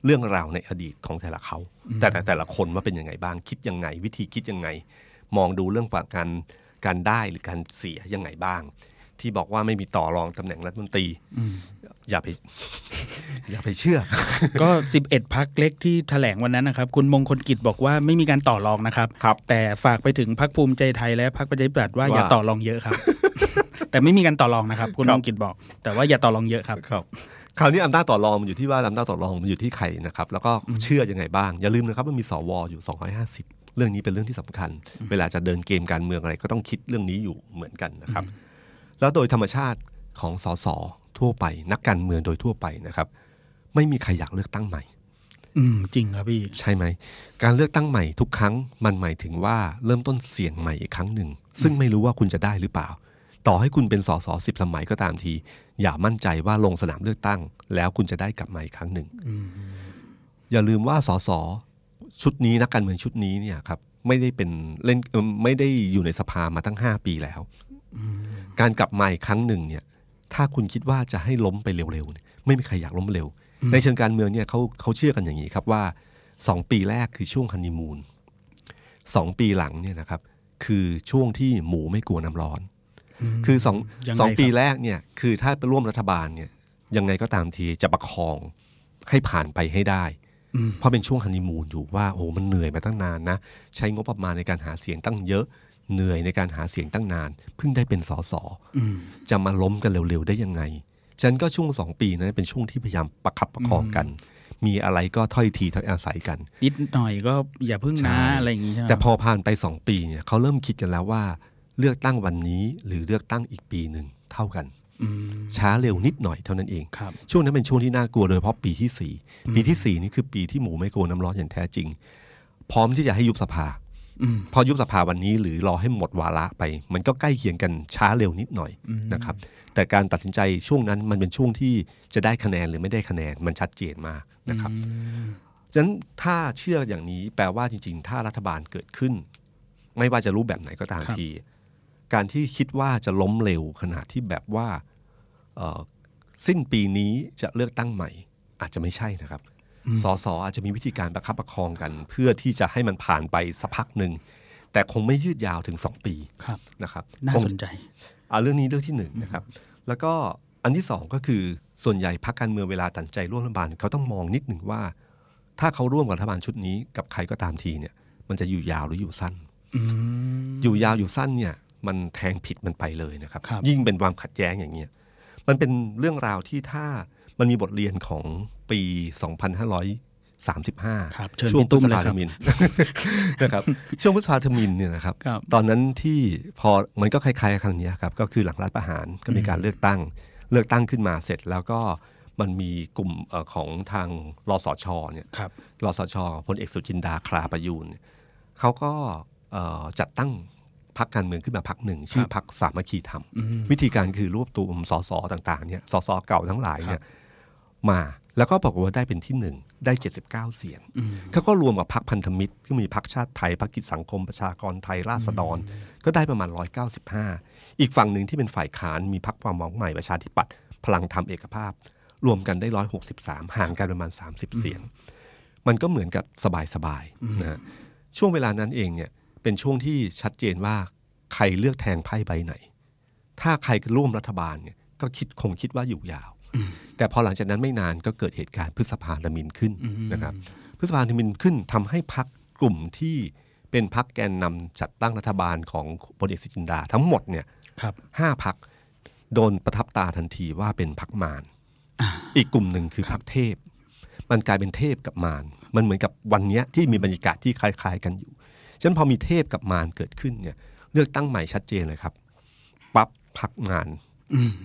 [SPEAKER 2] เรื่องราวในอดีตของแต่ละเขา แต่ละแต่ละคนว่าเป็นยังไงบ้างคิดยังไง วิธีคิดยังไง มองดูเรื่องว่าการการได้หรือการเสียยังไงบ้าง ที่บอกว่าไม่มีต่อรองตำแหน่งรัฐมนตรีอย่าไป อย่าไปเชื่อ
[SPEAKER 3] ก็ 11พักเล็กที่แถลงวันนั้นนะครับ คุณมงคลกิจบอกว่าไม่มีการต่อรองนะครับ
[SPEAKER 2] ครับ
[SPEAKER 3] แต่ฝากไปถึงพักภูมิใจไทยและพักประชาธิปัตย์ว่าอย่า
[SPEAKER 2] ว่า
[SPEAKER 3] ต่อรองเยอะครับ แต่ไม่มีการต่อรองนะครับ คุณมงคลกิจบอก แต่ว่าอย่าต่อรองเยอะครับ
[SPEAKER 2] ครับคราวนี้อำนาจต่อรองมันอยู่ที่ว่าอำนาจต่อรองมันอยู่ที่ใครนะครับ แล้วก็เชื่อยังไงบ้าง อย่าลืมนะครับมันมีสวอยู่ 250 เรื่องนี้เป็นเรื่องที่สำคัญ เวลาจะเดินเกมการเมืองอะไรก็ต้องคิดเรื่องนี้อยู่เหมือนกันนะครับ แล้วโดยธรรมชาติของสสทั่วไป นักการเมืองโดยทั่วไปนะครับ ไม่มีใครอยากเลือกตั้งใหม่
[SPEAKER 3] อืมจริงครับพี่
[SPEAKER 2] ใช่ไหม การเลือกตั้งใหม่ทุกครั้งมันหมายถึงว่าเริ่มต้นเสี่ยงใหม่อีกครั้งหนึ่ง ซึ่งไม่รู้ว่าคุณจะได้หรือเปล่า ต่อให้คุณเป็นสสสิบสมัยก็ตามที อย่ามั่นใจว่าลงสนามเลือกตั้ง แล้วคุณจะได้กลับมาอีกครั้งหนึ่ง อย่าลืมว่าสสชุดนี้นักการเมืองชุดนี้เนี่ยครับไม่ได้เป็นเล่นเอิ่มไม่ได้อยู่ในสภามาตั้ง 5 ปีแล้ว การกลับมาอีกครั้งหนึ่งเนี่ยถ้าคุณคิดว่าจะให้ล้มไปเร็วๆเนี่ยไม่มีใครอยากล้มเร็ว ในเชิงการเมืองเนี่ยเขาเขาเชื่อกันอย่างนี้ครับว่า 2 ปีแรกคือช่วงฮันนีมูนสองปีหลังเนี่ยนะครับคือช่วงที่หมูไม่กลัวน้ำร้อน คือสอง
[SPEAKER 3] ยังไง
[SPEAKER 2] สอง
[SPEAKER 3] ครับ
[SPEAKER 2] ปีแรกเนี่ยคือถ้าไปร่วมรัฐบาลเนี่ยยังไงก็ตามทีจะประคองให้ผ่านไปให้ได้ เพราะเป็นช่วงฮันนีมูนอยู่ว่าโอ้โหมันเหนื่อยมาตั้งนานนะ ใช้งบประมาณในการหาเสียงตั้งเยอะ เหนื่อยในการหาเสียงตั้งนาน เพิ่งได้เป็นสสจะมาล้มกันเร็ว ๆ ได้ยังไง ฉะนันก็ช่วงสองปีนั้นเป็นช่วงที่พยายามประคับประคองกัน มีอะไรก็ถ้อยทีถ้อยอาศัยกัน
[SPEAKER 3] นิดหน่อยก็อย่าพึ่งนะ
[SPEAKER 2] ใช่
[SPEAKER 3] อะไรอย่างงี้ใช่ไหม
[SPEAKER 2] แต่พอผ่านไปสองปีเนี่ยเขาเริ่มคิดกันแล้วว่า เลือกตั้งวันนี้หรือเลือกตั้งอีกปีหนึ่งเท่ากัน
[SPEAKER 3] ม
[SPEAKER 2] ช้าเร็วนิดหน่อยเท่านั้นเอง
[SPEAKER 3] ครับ
[SPEAKER 2] ช่วงนั้นเป็นช่วงที่น่ากลัวโดยเฉพาะปีที่ 4 ปีที่ 4 นี่คือปีที่หมูไม่กลัวน้ำร้อนอย่างแท้จริง พร้อมที่จะให้ยุบสภา
[SPEAKER 3] อืม
[SPEAKER 2] พอยุบสภาวันนี้หรือรอให้หมดวาระไป มันก็ใกล้เคียงกันช้าเร็วนิดหน่อยนะครับแต่การตัดสินใจช่วงนั้นมันเป็นช่วงที่จะได้คะแนนหรือไม่ได้คะแนนมันชัดเจนมากนะครับฉะนั้นถ้าเชื่ออย่างนี้แปลว่าจริง ๆ ถ้ารัฐบาลเกิดขึ้น ไม่ว่าจะรูปแบบไหนก็ตาม
[SPEAKER 3] ครับ
[SPEAKER 2] ที การที่คิดว่าจะล้มเร็วขนาดที่แบบว่าเอ่อสิ้นปีนี้จะเลือกตั้งใหม่ อาจจะไม่ใช่นะครับ สสอาจจะมีวิธีการประคับประคองกัน เพื่อที่จะให้มันผ่านไปสักพักหนึ่ง แต่คงไม่ยืดยาวถึง 2 ปี
[SPEAKER 3] ครับ
[SPEAKER 2] นะครับ
[SPEAKER 3] น่า
[SPEAKER 2] คง
[SPEAKER 3] สนใจ
[SPEAKER 2] เอาเรื่องนี้เรื่องที่หนึ่งนะครับ แล้วก็อันที่สองก็คือส่วนใหญ่พรรคการเมืองเวลาตัดใจร่วมรัฐบาลเขาต้องมองนิดหนึ่งว่า ถ้าเขาร่วมกับรัฐบาลชุดนี้กับใครก็ตามทีเนี่ยมันจะอยู่ยาวหรืออยู่สั้น
[SPEAKER 3] อืม
[SPEAKER 2] อยู่ยาวอยู่สั้นเนี่ยมันแทงผิดมันไปเลยนะครับ
[SPEAKER 3] ครับ
[SPEAKER 2] ยิ่งเป็นความขัดแย้งอย่างเงี้ยมันเป็นเรื่องราวที่ถ้ามันมีบทเรียนของปี 2535
[SPEAKER 3] ครับเชิญ
[SPEAKER 2] ช่วง
[SPEAKER 3] พี่ตุ้มเล
[SPEAKER 2] พฤษ
[SPEAKER 3] ย
[SPEAKER 2] ภา
[SPEAKER 3] ค
[SPEAKER 2] ธ
[SPEAKER 3] รับ
[SPEAKER 2] มิน นะครับช่วงพฤษภาธมินเนี่ยนะครับ
[SPEAKER 3] ครับ
[SPEAKER 2] ตอนนั้นที่พอมันก็คล้ายๆครั้งเนี้ยครับก็คือหลังรัฐประหารก็มีการเลือกตั้ง เลือกตั้งขึ้นมาเสร็จแล้วก็มันมีกลุ่มเอ่อของทางรสชเนี่ย
[SPEAKER 3] ครับ
[SPEAKER 2] รสชพลเอกสุจินดาคลาประยูนเนี่ยเขาก็เอ่อจัดตั้งพักการเมืองขึ้นมาพักหนึ่ง ชื่อพักสามัคคีธรรม วิธีการคือรวบตัวสสต่างๆเนี่ยสสเก่าทั้งหลายเนี่ยมาแล้วก็บอกว่าได้เป็นที่หนึ่งได้ 79 เสียงเขาก็รวมกับพักพันธมิตรก็มีพักชาติไทยพักกิจสังคมประชากรไทยราษฎร ก็ได้ประมาณ 195 อีกฝั่งหนึ่งที่เป็นฝ่ายค้านมีพักความหวังใหม่ประชาธิปัตย์พลังธรรมเอกภาพ รวมกันได้ 163 ห่างกันประมาณ 30 เสียง มันก็เหมือนกับสบายๆนะฮะช่วงเวลานั้นเองเนี่ยเป็นช่วงที่ชัดเจนว่าใครเลือกแทงไพ่ใบไหน ถ้าใครร่วมรัฐบาลเนี่ยก็คิดคงคิดว่าอยู่ยาว แต่พอหลังจากนั้นไม่นานก็เกิดเหตุการณ์พฤษภาธมินขึ้นนะครับพฤษภาธมินขึ้นทำให้พักกลุ่มที่เป็นพักแกนนำจัดตั้งรัฐบาลของพลเอกสุจินดา ทั้งหมดเนี่ย
[SPEAKER 3] ครับ
[SPEAKER 2] ห้าพักโดนประทับตาทันทีว่าเป็นพักมาร อีกกลุ่มหนึ่งคือพักเทพ มันกลายเป็นเทพกับมาร มันเหมือนกับวันเนี้ยที่มีบรรยากาศที่คล้าย ๆ กันอยู่ ฉะนั้นพอมีเทพกับมารเกิดขึ้นเนี่ย เลือกตั้งใหม่ชัดเจนเลยครับ ปั๊บพักงาน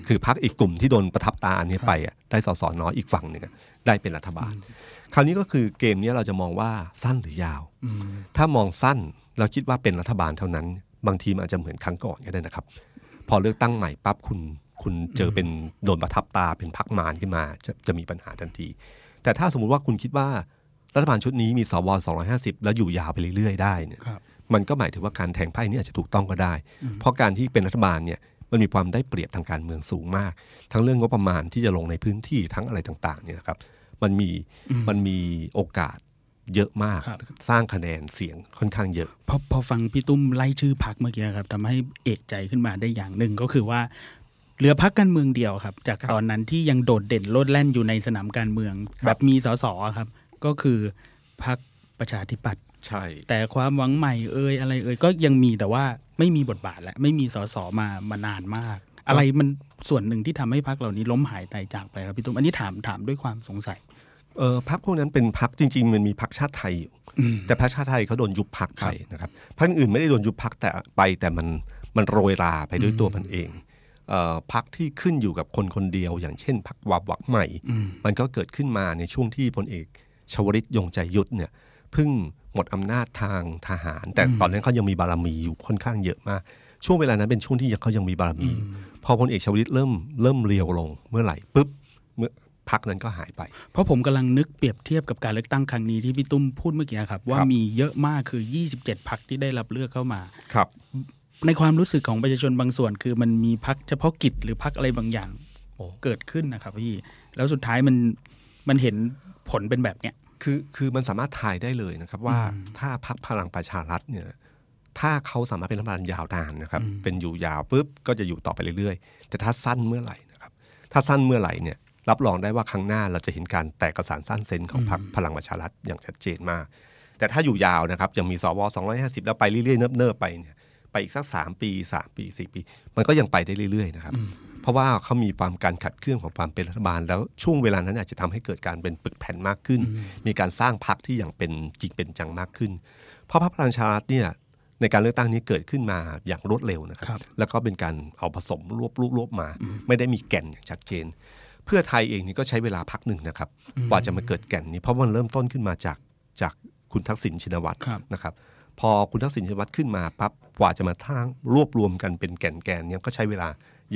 [SPEAKER 2] คือพักอีกกลุ่มที่โดนประทับตาอันเนี้ยไปอ่ะได้สสน้อยอีกฝั่งหนึ่งอะได้เป็นรัฐบาล คราวนี้ก็คือเกมเนี้ยเราจะมองว่าสั้นหรือยาว ถ้ามองสั้นเราคิดว่าเป็นรัฐบาลเท่านั้น บางทีมันอาจจะเหมือนครั้งก่อนก็ได้นะครับ พอเลือกตั้งใหม่ปั๊บคุณคุณเจอเป็นโดนประทับตาเป็นพักมารขึ้นมาจะจะมีปัญหาทันที แต่ถ้าสมมุติว่าคุณคิดว่ารัฐบาลชุดนี้มีสว250 แล้วอยู่ยาวไปเรื่อยๆได้เนี่ย
[SPEAKER 3] ครับ
[SPEAKER 2] มันก็หมายถึงว่าการแทงไพ่นี่อาจจะถูกต้องก็ได้ เพราะการที่เป็นรัฐบาลเนี่ย มันมีความได้เปรียบทางการเมืองสูงมาก ทั้งเรื่องงบประมาณที่จะลงในพื้นที่ทั้งอะไรต่างๆเนี่ยนะครับมันมีมันมีโอกาสเยอะมาก
[SPEAKER 3] ครับ
[SPEAKER 2] สร้างคะแนนเสียงค่อนข้างเยอะ
[SPEAKER 3] พอพอฟังพี่ตุ้มไล่ชื่อพักเมื่อกี้ครับทำให้เอกใจขึ้นมาได้อย่างหนึ่งก็คือว่า เหลือพักการเมืองเดียวครับ จาก
[SPEAKER 2] ครับ
[SPEAKER 3] ตอนนั้นที่ยังโดดเด่นโลดแล่นอยู่ในสนามการเมือง
[SPEAKER 2] ครับ
[SPEAKER 3] แบบมีสสครับ ก็คือพักประชาธิปัตย์
[SPEAKER 2] ใช่
[SPEAKER 3] แต่ความหวังใหม่เอ่ยอะไรเอ่ยก็ยังมีแต่ว่าไม่มีบทบาทและไม่มีสสมามานานมาก อะไรมันส่วนหนึ่งที่ทำให้พักเหล่านี้ล้มหายตายจากไปครับพี่ตุ้มอันนี้ถามถามด้วยความสงสัย
[SPEAKER 2] เออพักพวกนั้นเป็นพักจริง ๆ มันมีพักชาติไทยอยู่ แต่พักชาติไทยเขาโดนยุบพักไปนะครับพักอื่นไม่ได้โดนยุบพักแต่ไปแต่มันมันโรยราไปด้วยตัวมันเองเอ่อพักที่ขึ้นอยู่กับคนคนเดียว อย่างเช่นพักวับวักใหม่ มันก็เกิดขึ้นมาในช่วงที่พลเอกชวริตยงใจยุทธเนี่ยเพิ่งหมดอำนาจทางทหาร แต่ตอนนั้นเขายังมีบารมีอยู่ค่อนข้างเยอะมาก ช่วงเวลานั้นเป็นช่วงที่ยังเขายังมีบารมี พอพลเอกชวลิตเริ่มเริ่มเรียวลงเมื่อไหร่ปุ๊บเมื่อพักนั้นก็หายไป
[SPEAKER 3] เพราะผมกำลังนึกเปรียบเทียบกับการเลือกตั้งครั้งนี้ที่พี่ตุ้มพูดเมื่อกี้ครับ ว่า
[SPEAKER 2] ครับ
[SPEAKER 3] มีเยอะมากคือ 27พักที่ได้รับเลือกเข้ามา
[SPEAKER 2] ครับ
[SPEAKER 3] ในความรู้สึกของประชาชนบางส่วน คือมันมีพักเฉพาะกิจหรือพักอะไรบางอย่าง
[SPEAKER 2] โอ้
[SPEAKER 3] เกิดขึ้นนะครับพี่ แล้วสุดท้ายมันมันเห็นผลเป็นแบบเนี้ย
[SPEAKER 2] คือคือมันสามารถทายได้เลยนะครับว่าถ้าพักพลังประชารัฐเนี่ยถ้าเขาสามารถเป็นรัฐบาลยาวนานนะครับ เป็นอยู่ยาวปุ๊บก็จะอยู่ต่อไปเรื่อยๆ แต่ถ้าสั้นเมื่อไหร่นะครับ ถ้าสั้นเมื่อไหร่เนี่ยรับรองได้ว่าครั้งหน้าเราจะเห็นการแตกกระสานสั้นเซนของพรรคพลังประชารัฐอย่างชัดเจนมาก แต่ถ้าอยู่ยาวนะครับยังมีสว250 แล้วไปเรื่อยๆเนิบๆไปเนี่ยไปอีกสัก 3 ปี 3 ปี 4 ปี มันก็ยังไปได้เรื่อยๆนะครับเพราะว่าเขามีความการขัดเคลื่อนของความเป็นรัฐบาล แล้วช่วงเวลานั้นอาจจะทำให้เกิดการเป็นปึกแผ่นมากขึ้น มีการสร้างพรรคที่อย่างเป็นจริงเป็นจังมากขึ้น เพราะพรรคพลังประชารัฐเนี่ยในการเลือกตั้งนี้เกิดขึ้นมาอย่างรวดเร็วนะค
[SPEAKER 3] ครั
[SPEAKER 2] รับ
[SPEAKER 3] บ
[SPEAKER 2] แล้วก็เป็นการเอาผสมรวบรวบรวบมา ไม่ได้มีแก่นอย่างชัดเจน เพื่อไทยเองนี่ก็ใช้เวลาพักหนึ่งนะครับกว่าจะมาเกิดแก่นนี้เพราะมันเริ่มต้นขึ้นมาจากจากคุณทักษิณชินวัตร
[SPEAKER 3] ครับ
[SPEAKER 2] นะครับ พอคุณทักษิณชินวัตรขึ้นมาปั๊บกว่าจะมาทั้งรวบรวมกันเป็นแก่นแกนเนี่ยก็ใช้เวลา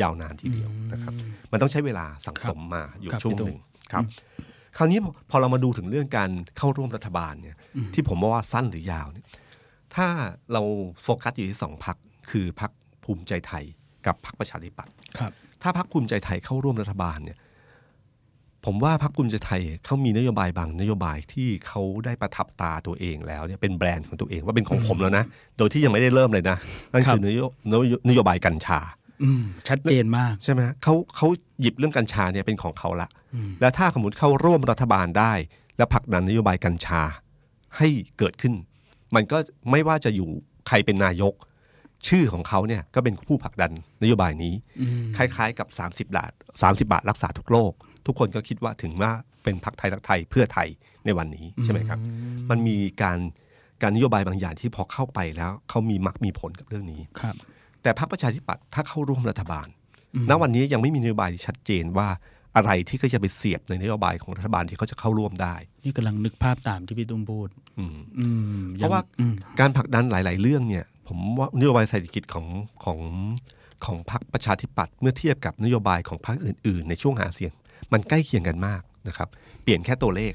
[SPEAKER 2] ยาวนานทีเดียวนะครับ มันต้องใช้เวลาสั่งสมมาอยู่
[SPEAKER 3] ครับ
[SPEAKER 2] ช่วง
[SPEAKER 3] พี่ตู่
[SPEAKER 2] หนึ่งครับ คราวนี้พอพอเรามาดูถึงเรื่องการเข้าร่วมรัฐบาลเนี่ย ที่ผมว่าสั้นหรือยาวเนี่ย ถ้าเราโฟกัสอยู่ที่สองพักคือพักภูมิใจไทยกับพักประชาธิปัตย์
[SPEAKER 3] ครับ
[SPEAKER 2] ถ้าพรรคภูมิใจไทยเข้าร่วมรัฐบาลเนี่ย ผมว่าพรรคภูมิใจไทยเขามีนโยบายบางนโยบายที่เขาได้ประทับตาตัวเองแล้วเนี่ยเป็นแบรนด์ของตัวเองว่าเป็นของผมแล้วนะ โดยที่ยังไม่ได้เริ่มเลยนะ นั่น
[SPEAKER 3] ครับ
[SPEAKER 2] คือนโยนโยนโยบายกัญชา
[SPEAKER 3] อืมชัดเจนมาก
[SPEAKER 2] ใช่ไหมฮะเขาเขาหยิบเรื่องกัญชาเนี่ยเป็นของเขาละ แล้วถ้าสมมติเข้าร่วมรัฐบาลได้ แล้วผลักดันนโยบายกัญชาให้เกิดขึ้น มันก็ไม่ว่าจะอยู่ใครเป็นนายก ชื่อของเขาเนี่ยก็เป็นผู้ผลักดันนโยบายนี้ คล้ายๆกับ 30 บาท 30 บาทรักษาทุกโรคทุกคนก็คิดว่าถึงว่าเป็นพักไทยรักไทยเพื่อไทยในวันนี้ใช่ไหมครับ มันมีการการนโยบายบางอย่างที่พอเข้าไปแล้วเขามีมักมีผลกับเรื่องนี้
[SPEAKER 3] ครับ
[SPEAKER 2] แต่พรรคประชาธิปัตย์ถ้าเข้าร่วมรัฐบาล ณ วันนี้ยังไม่มีนโยบายที่ชัดเจนว่าอะไรที่เขาจะไปเสียบในนโยบายของรัฐบาลที่เขาจะเข้าร่วมได้
[SPEAKER 3] นี่กำลังนึกภาพตามที่พี่ตุ้มพูด
[SPEAKER 2] อืม
[SPEAKER 3] อืม
[SPEAKER 2] เพราะว่า
[SPEAKER 3] อืม
[SPEAKER 2] การผลักดันหลาย ๆ เรื่องเนี่ย ผมว่านโยบายเศรษฐกิจของของของพรรคประชาธิปัตย์เมื่อเทียบกับนโยบายของพรรคอื่น ๆ ในช่วงหาเสียง มันใกล้เคียงกันมากนะครับ เปลี่ยนแค่ตัวเลข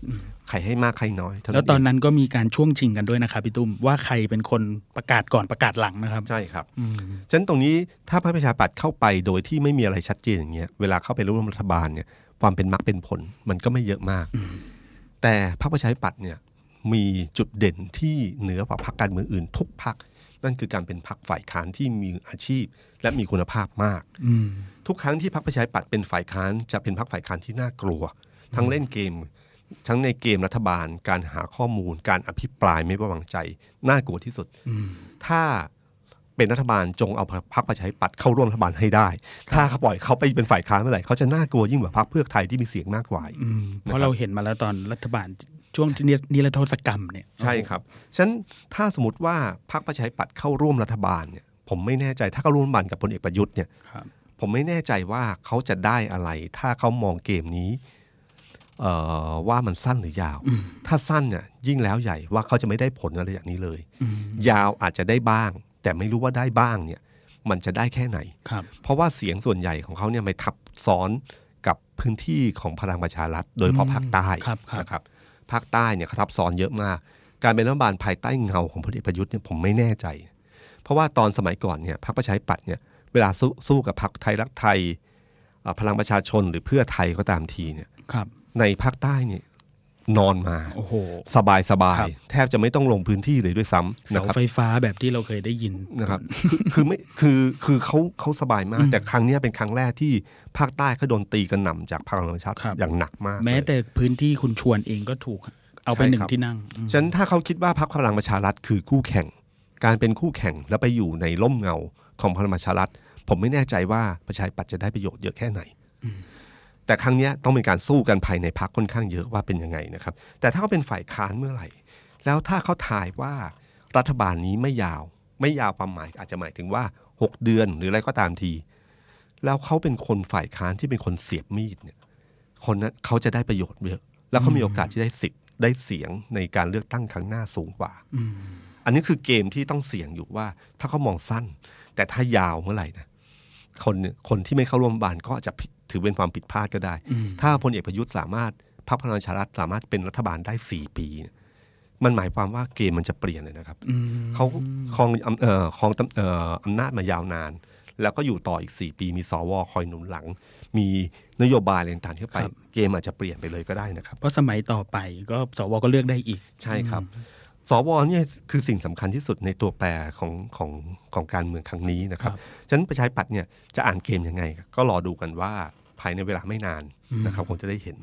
[SPEAKER 2] ใครให้มากใครน้อยเท่า
[SPEAKER 3] แล้วตอน
[SPEAKER 2] เง
[SPEAKER 3] นั้นก็มีการช่วงชิงกันด้วยนะครับพี่ตุ้มว่าใครเป็นคนประกาศก่อนประกาศหลังนะครับ
[SPEAKER 2] ใช่ครับ
[SPEAKER 3] อืม
[SPEAKER 2] ฉะนั้นตรงนี้ถ้าพรรคประชาธิปัตย์เข้าไปโดยที่ไม่มีอะไรชัดเจนอย่างเงี้ยเวลาเข้าไปร่วมรัฐบาลเนี่ยความเป็นมรรคเป็นผลมันก็ไม่เยอะมาก แต่พรรคประชาธิปัตย์เนี่ยมีจุดเด่นที่เหนือกว่าพรรคการเมืองอื่นทุกพรรคนั่นคือการเป็นพรรคฝ่ายค้านที่มีอาชีพ และมีคุณภาพมาก
[SPEAKER 3] อืม
[SPEAKER 2] ทุกครั้งที่พรรคประชาธิปัตย์เป็นฝ่ายค้านจะเป็นพรรคฝ่ายค้านที่น่ากลัว ทั้งเล่นเกม ทั้งในเกมรัฐบาล การหาข้อมูล การอภิปรายไม่ไว้วางใจน่ากลัวที่สุด ถ้าเป็นรัฐบาลจงเอาพรรคประชาธิปัตย์เข้าร่วมรัฐบาลให้ได้ ถ้าเขาปล่อยเขาไปเป็นฝ่ายค้านเมื่อไหร่เขาจะน่ากลัวยิ่งกว่าพรรคเพื่อไทยที่มีเสียงมากกว่าอีก
[SPEAKER 3] อืมเพราะเราเห็นมาแล้วตอนรัฐบาลช่วงนิรนิรโทษกรรมเนี่ย
[SPEAKER 2] ใช่ครับ ฉะนั้นถ้าสมมติว่าพรรคประชาธิปัตย์เข้าร่วมรัฐบาลเนี่ย ผมไม่แน่ใจถ้าเข้าร่วมรัฐบาลกับพลเอกประยุทธ์เนี่ย
[SPEAKER 3] ครับ
[SPEAKER 2] ผมไม่แน่ใจว่าเขาจะได้อะไร ถ้าเขามองเกมนี้เอ่อว่ามันสั้นหรือยาว ถ้าสั้นเนี่ยยิ่งแล้วใหญ่ว่าเขาจะไม่ได้ผลอะไรอย่างนี้เลย ยาวอาจจะได้บ้าง แต่ไม่รู้ว่าได้บ้างเนี่ย มันจะได้แค่ไหน
[SPEAKER 3] ครับ
[SPEAKER 2] เพราะว่าเสียงส่วนใหญ่ของเขาเนี่ยไปทับซ้อนกับพื้นที่ของพลังประชารัฐ โดยเฉพาะภาคใต้
[SPEAKER 3] ครับครับ
[SPEAKER 2] นะครับภาคใต้เนี่ยเขาทับซ้อนเยอะมาก การเป็นรัฐบาลภายใต้เงาของพลเอกประยุทธ์เนี่ยผมไม่แน่ใจ เพราะว่าตอนสมัยก่อนเนี่ยพรรคประชาธิปัตย์เนี่ย เวลาสู้สู้กับพรรคไทยรักไทยเอ่อพลังประชาชนหรือเพื่อไทยก็ตามทีเนี่ย
[SPEAKER 3] ครับ
[SPEAKER 2] ในภาคใต้เนี่ยนอนมา
[SPEAKER 3] โอ้โห
[SPEAKER 2] สบายสบาย
[SPEAKER 3] ครับ
[SPEAKER 2] แทบจะไม่ต้องลงพื้นที่เลยด้วยซ้ำนะ
[SPEAKER 3] เสา
[SPEAKER 2] ครับ
[SPEAKER 3] ไฟฟ้าแบบที่เราเคยได้ยิน
[SPEAKER 2] นะครับ คือไม่คือคือเขาเขาสบายมาก แต่ครั้งเนี้ยเป็นครั้งแรกที่ภาคใต้เขาโดนตีกระหน่ำจากพลังประชาชน
[SPEAKER 3] ครับ
[SPEAKER 2] อย่างหนักมาก
[SPEAKER 3] แม้
[SPEAKER 2] เลย
[SPEAKER 3] แต่พื้นที่คุณชวนเองก็ถูก เอาไป
[SPEAKER 2] ใช่
[SPEAKER 3] หนึ่
[SPEAKER 2] ค
[SPEAKER 3] ง
[SPEAKER 2] รับ
[SPEAKER 3] ที่นั่งอืม
[SPEAKER 2] ฉะนั้นถ้าเขาคิดว่าพรรคพลังประชารัฐคือคู่แข่ง การเป็นคู่แข่งแล้วไปอยู่ในร่มเงาของพลังประชารัฐ ผมไม่แน่ใจว่าประชาธิปัตย์จะได้ประโยชน์เยอะแค่ไหน แต่ครั้งเนี้ยต้องเป็นการสู้กันภายในพรรคค่อนข้างเยอะว่าเป็นยังไงนะครับ แต่ถ้าเขาเป็นฝ่ายค้านเมื่อไหร่ แล้วถ้าเขาถ่ายว่ารัฐบาลนี้ไม่ยาว ไม่ยาวความหมายอาจจะหมายถึงว่า 6 เดือนหรืออะไรก็ตามที แล้วเขาเป็นคนฝ่ายค้านที่เป็นคนเสียบมีดเนี่ย คนนั้นเขาจะได้ประโยชน์เยอะ แล้วเขามีโอกาสที่ได้สิทธิ์ได้เสียงในการเลือกตั้งครั้งหน้าสูงกว่า อันนี้คือเกมที่ต้องเสี่ยงอยู่ว่า ถ้าเขามองสั้น แต่ถ้ายาวเมื่อไหร่นะคนคนที่ไม่เข้าร่วมรัฐบาลก็อาจจะผิดถือเป็นความผิดพลาดก็ได้ ถ้าพลเอกประยุทธ์สามารถพรรคพลังประชารัฐสามารถเป็นรัฐบาลได้สี่ปีเนี่ยมันหมายความว่าเกมมันจะเปลี่ยนเลยนะครับเขาครองอำเอ่อครองตำเอ่ออำนาจมายาวนาน แล้วก็อยู่ต่ออีกสี่ปี มีสวคอยหนุนหลัง มีนโยบายอะไรต่างๆที่ไป เกมอาจจะเปลี่ยนไปเลยก็ได้นะครับ
[SPEAKER 3] เพราะสมัยต่อไปก็สวก็เลือกได้อีก
[SPEAKER 2] ใช่ครับ สวเนี่ยคือสิ่งสำคัญที่สุดในตัวแปรของของของการเมืองครั้งนี้นะครับ ฉะนั้นประชาธิปัตย์เนี่ยจะอ่านเกมยังไง ก็รอดูกันว่าภายในเวลาไม่นานนะครับคงจะได้เห็น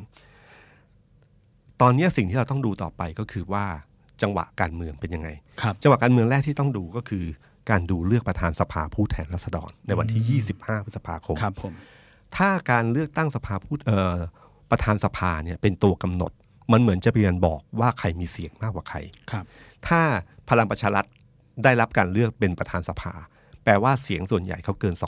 [SPEAKER 2] ตอนเนี้ยสิ่งที่เราต้องดูต่อไปก็คือว่าจังหวะการเมืองเป็นยังไง
[SPEAKER 3] ครับ
[SPEAKER 2] จังหวะการเมืองแรกที่ต้องดูก็คือ การดูเลือกประธานสภาผู้แทนราษฎร ในวันที่ 25 พฤษภาคม
[SPEAKER 3] ครับผม
[SPEAKER 2] ถ้าการเลือกตั้งสภาผู้เอ่อประธานสภาเนี่ยเป็นตัวกำหนด มันเหมือนจะเป็นการบอกว่าใครมีเสียงมากกว่าใคร
[SPEAKER 3] ครับ
[SPEAKER 2] ถ้าพลังประชารัฐได้รับการเลือกเป็นประธานสภา แปลว่าเสียงส่วนใหญ่เขาเกิน 251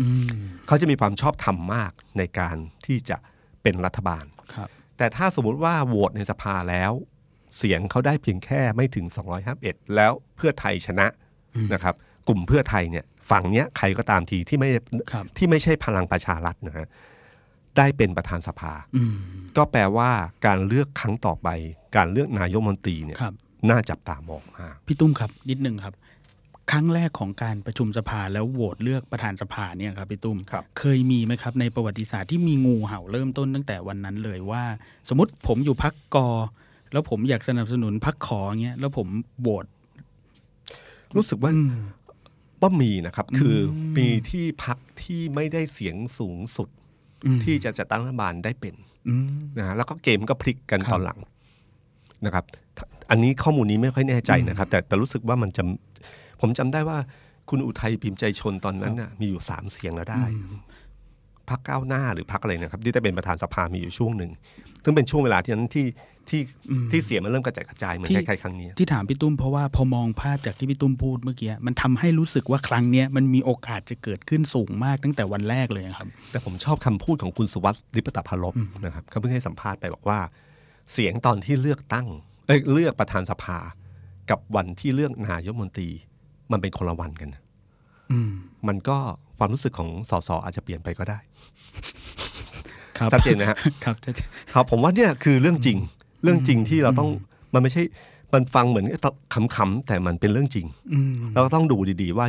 [SPEAKER 3] อืม
[SPEAKER 2] เขาจะมีความชอบธรรมมากในการที่จะเป็นรัฐบาล
[SPEAKER 3] ครับ
[SPEAKER 2] แต่ถ้าสมมุติว่าโหวตในสภาแล้ว เสียงเขาได้เพียงแค่ไม่ถึง 251 แล้วเพื่อไทยชนะนะครับ กลุ่มเพื่อไทยเนี่ยฝั่งเนี้ยใครก็ตามทีที่ไม่
[SPEAKER 3] ครับ
[SPEAKER 2] ที่ไม่ใช่พลังประชารัฐนะฮะได้เป็นประธานสภา
[SPEAKER 3] อืม
[SPEAKER 2] ก็แปลว่าการเลือกครั้งต่อไป การเลือกนายกรัฐมนตรีเนี่ย
[SPEAKER 3] ครับ
[SPEAKER 2] น่าจับตามองมาก
[SPEAKER 3] พี่ตุ้มครับ นิดนึงครับ ครั้งแรกของการประชุมสภาแล้วโหวตเลือกประธานสภาเนี่ยครับพี่ตุ้ม
[SPEAKER 2] ครับ
[SPEAKER 3] เคยมีไหมครับ ในประวัติศาสตร์ที่มีงูเห่าเริ่มต้นตั้งแต่วันนั้นเลยว่า สมมติผมอยู่พักกอ แล้วผมอยากสนับสนุนพักขอเงี้ยแล้วผมโหวต
[SPEAKER 2] รู้สึกว่า
[SPEAKER 3] อืม
[SPEAKER 2] ว่ามีนะครับ คือมีที่พักที่ไม่ได้เสียงสูงสุดที่จะจัดตั้งรัฐบาลได้เป็น
[SPEAKER 3] อืม
[SPEAKER 2] นะฮะแล้วก็เกมก็พลิกกัน
[SPEAKER 3] ครับ
[SPEAKER 2] ตอนหลังนะครับ อันนี้ข้อมูลนี้ไม่ค่อยแน่ใจนะครับ แต่แต่รู้สึกว่ามันจำผมจำได้ว่าคุณอุทัยพิมพ์ใจชนตอนนั้นน่ะมีอยู่สามเสียงแล้วได้พักก้าวหน้าหรือพักอะไรนะครับ ที่ได้เป็นประธานสภามีอยู่ช่วงหนึ่งซึ่งเป็นช่วงเวลาที่นั้นที่ที่ที่เสียงมันเริ่มกระจายกระจายเหมือนคล้ายๆครั้งนี้
[SPEAKER 3] ที่ถามพี่ตุ้มเพราะว่าพอมองภาพจากที่พี่ตุ้มพูดเมื่อกี้มันทำให้รู้สึกว่าครั้งเนี้ยมันมีโอกาสจะเกิดขึ้นสูงมากตั้งแต่วันแรกเลยครับ
[SPEAKER 2] แต่ผมชอบคำพูดของคุณสุวัสดิ์ลิปตพารพนะครับเขาเพิ่งให้สัมภาษณ์ไปบอกว่า เสียงตอนที่เลือกตั้งเอ้ยเลือกประธานสภา กับวันที่เลือกนายกรัฐมนตรี มันเป็นคนละวันกันนะ
[SPEAKER 3] อืม
[SPEAKER 2] มันก็ความรู้สึกของสสอาจจะเปลี่ยนไปก็ได้
[SPEAKER 3] ครับ
[SPEAKER 2] ชัดเจนไหมฮะ
[SPEAKER 3] ครับชัดเจน
[SPEAKER 2] ครับผมว่าเนี่ยคือเรื่องจริงเรื่องจริงที่เราต้องมันไม่ใช่มันฟังเหมือนขำๆแต่มันเป็นเรื่องจริง
[SPEAKER 3] อืม
[SPEAKER 2] เราก็ต้องดูดีๆว่า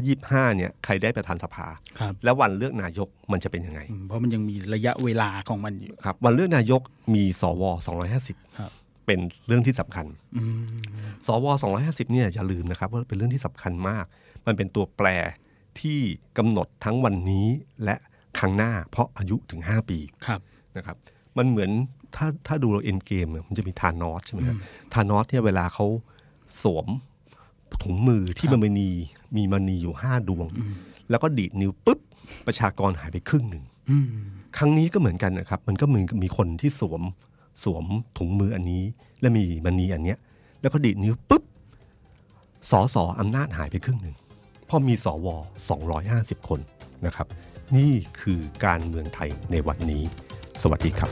[SPEAKER 2] 25เนี่ยใครได้ประธานสภา
[SPEAKER 3] ครับ
[SPEAKER 2] แล้ววันเลือกนายกมันจะเป็นยังไง
[SPEAKER 3] อืมเพราะมันยังมีระยะเวลาของมันอยู่
[SPEAKER 2] ครับวันเลือกนายกมีสว
[SPEAKER 3] ครับ
[SPEAKER 2] 250 เป็นเรื่องที่สำคัญ
[SPEAKER 3] อืม
[SPEAKER 2] สว 250 เนี่ยอย่าลืมนะครับว่าเป็นเรื่องที่สำคัญมาก มันเป็นตัวแปรที่กำหนดทั้งวันนี้และครั้งหน้า เพราะอายุถึง 5 ปี
[SPEAKER 3] ครับ
[SPEAKER 2] นะครับ มันเหมือนถ้าถ้าดูเราเอ็นเกมมันจะมีทานอสใช่ไหมครับทานอสเนี่ยเวลาเขาสวมถุงมือที่มันมีมีมณีอยู่ 5 ดวง แล้วก็ดีดนิ้วปุ๊บประชากรหายไปครึ่งหนึ่ง
[SPEAKER 3] อืม
[SPEAKER 2] ครั้งนี้ก็เหมือนกันนะครับ มันก็มีมีคนที่สวมสวมถุงมืออันนี้ และมีมณีอันเนี้ย แล้วก็ดีดนิ้วปุ๊บ สอสออำนาจหายไปครึ่งหนึ่งเพราะมีสอวอ250 คนนะครับ นี่คือการเมืองไทยในวันนี้ สวัสดีครับ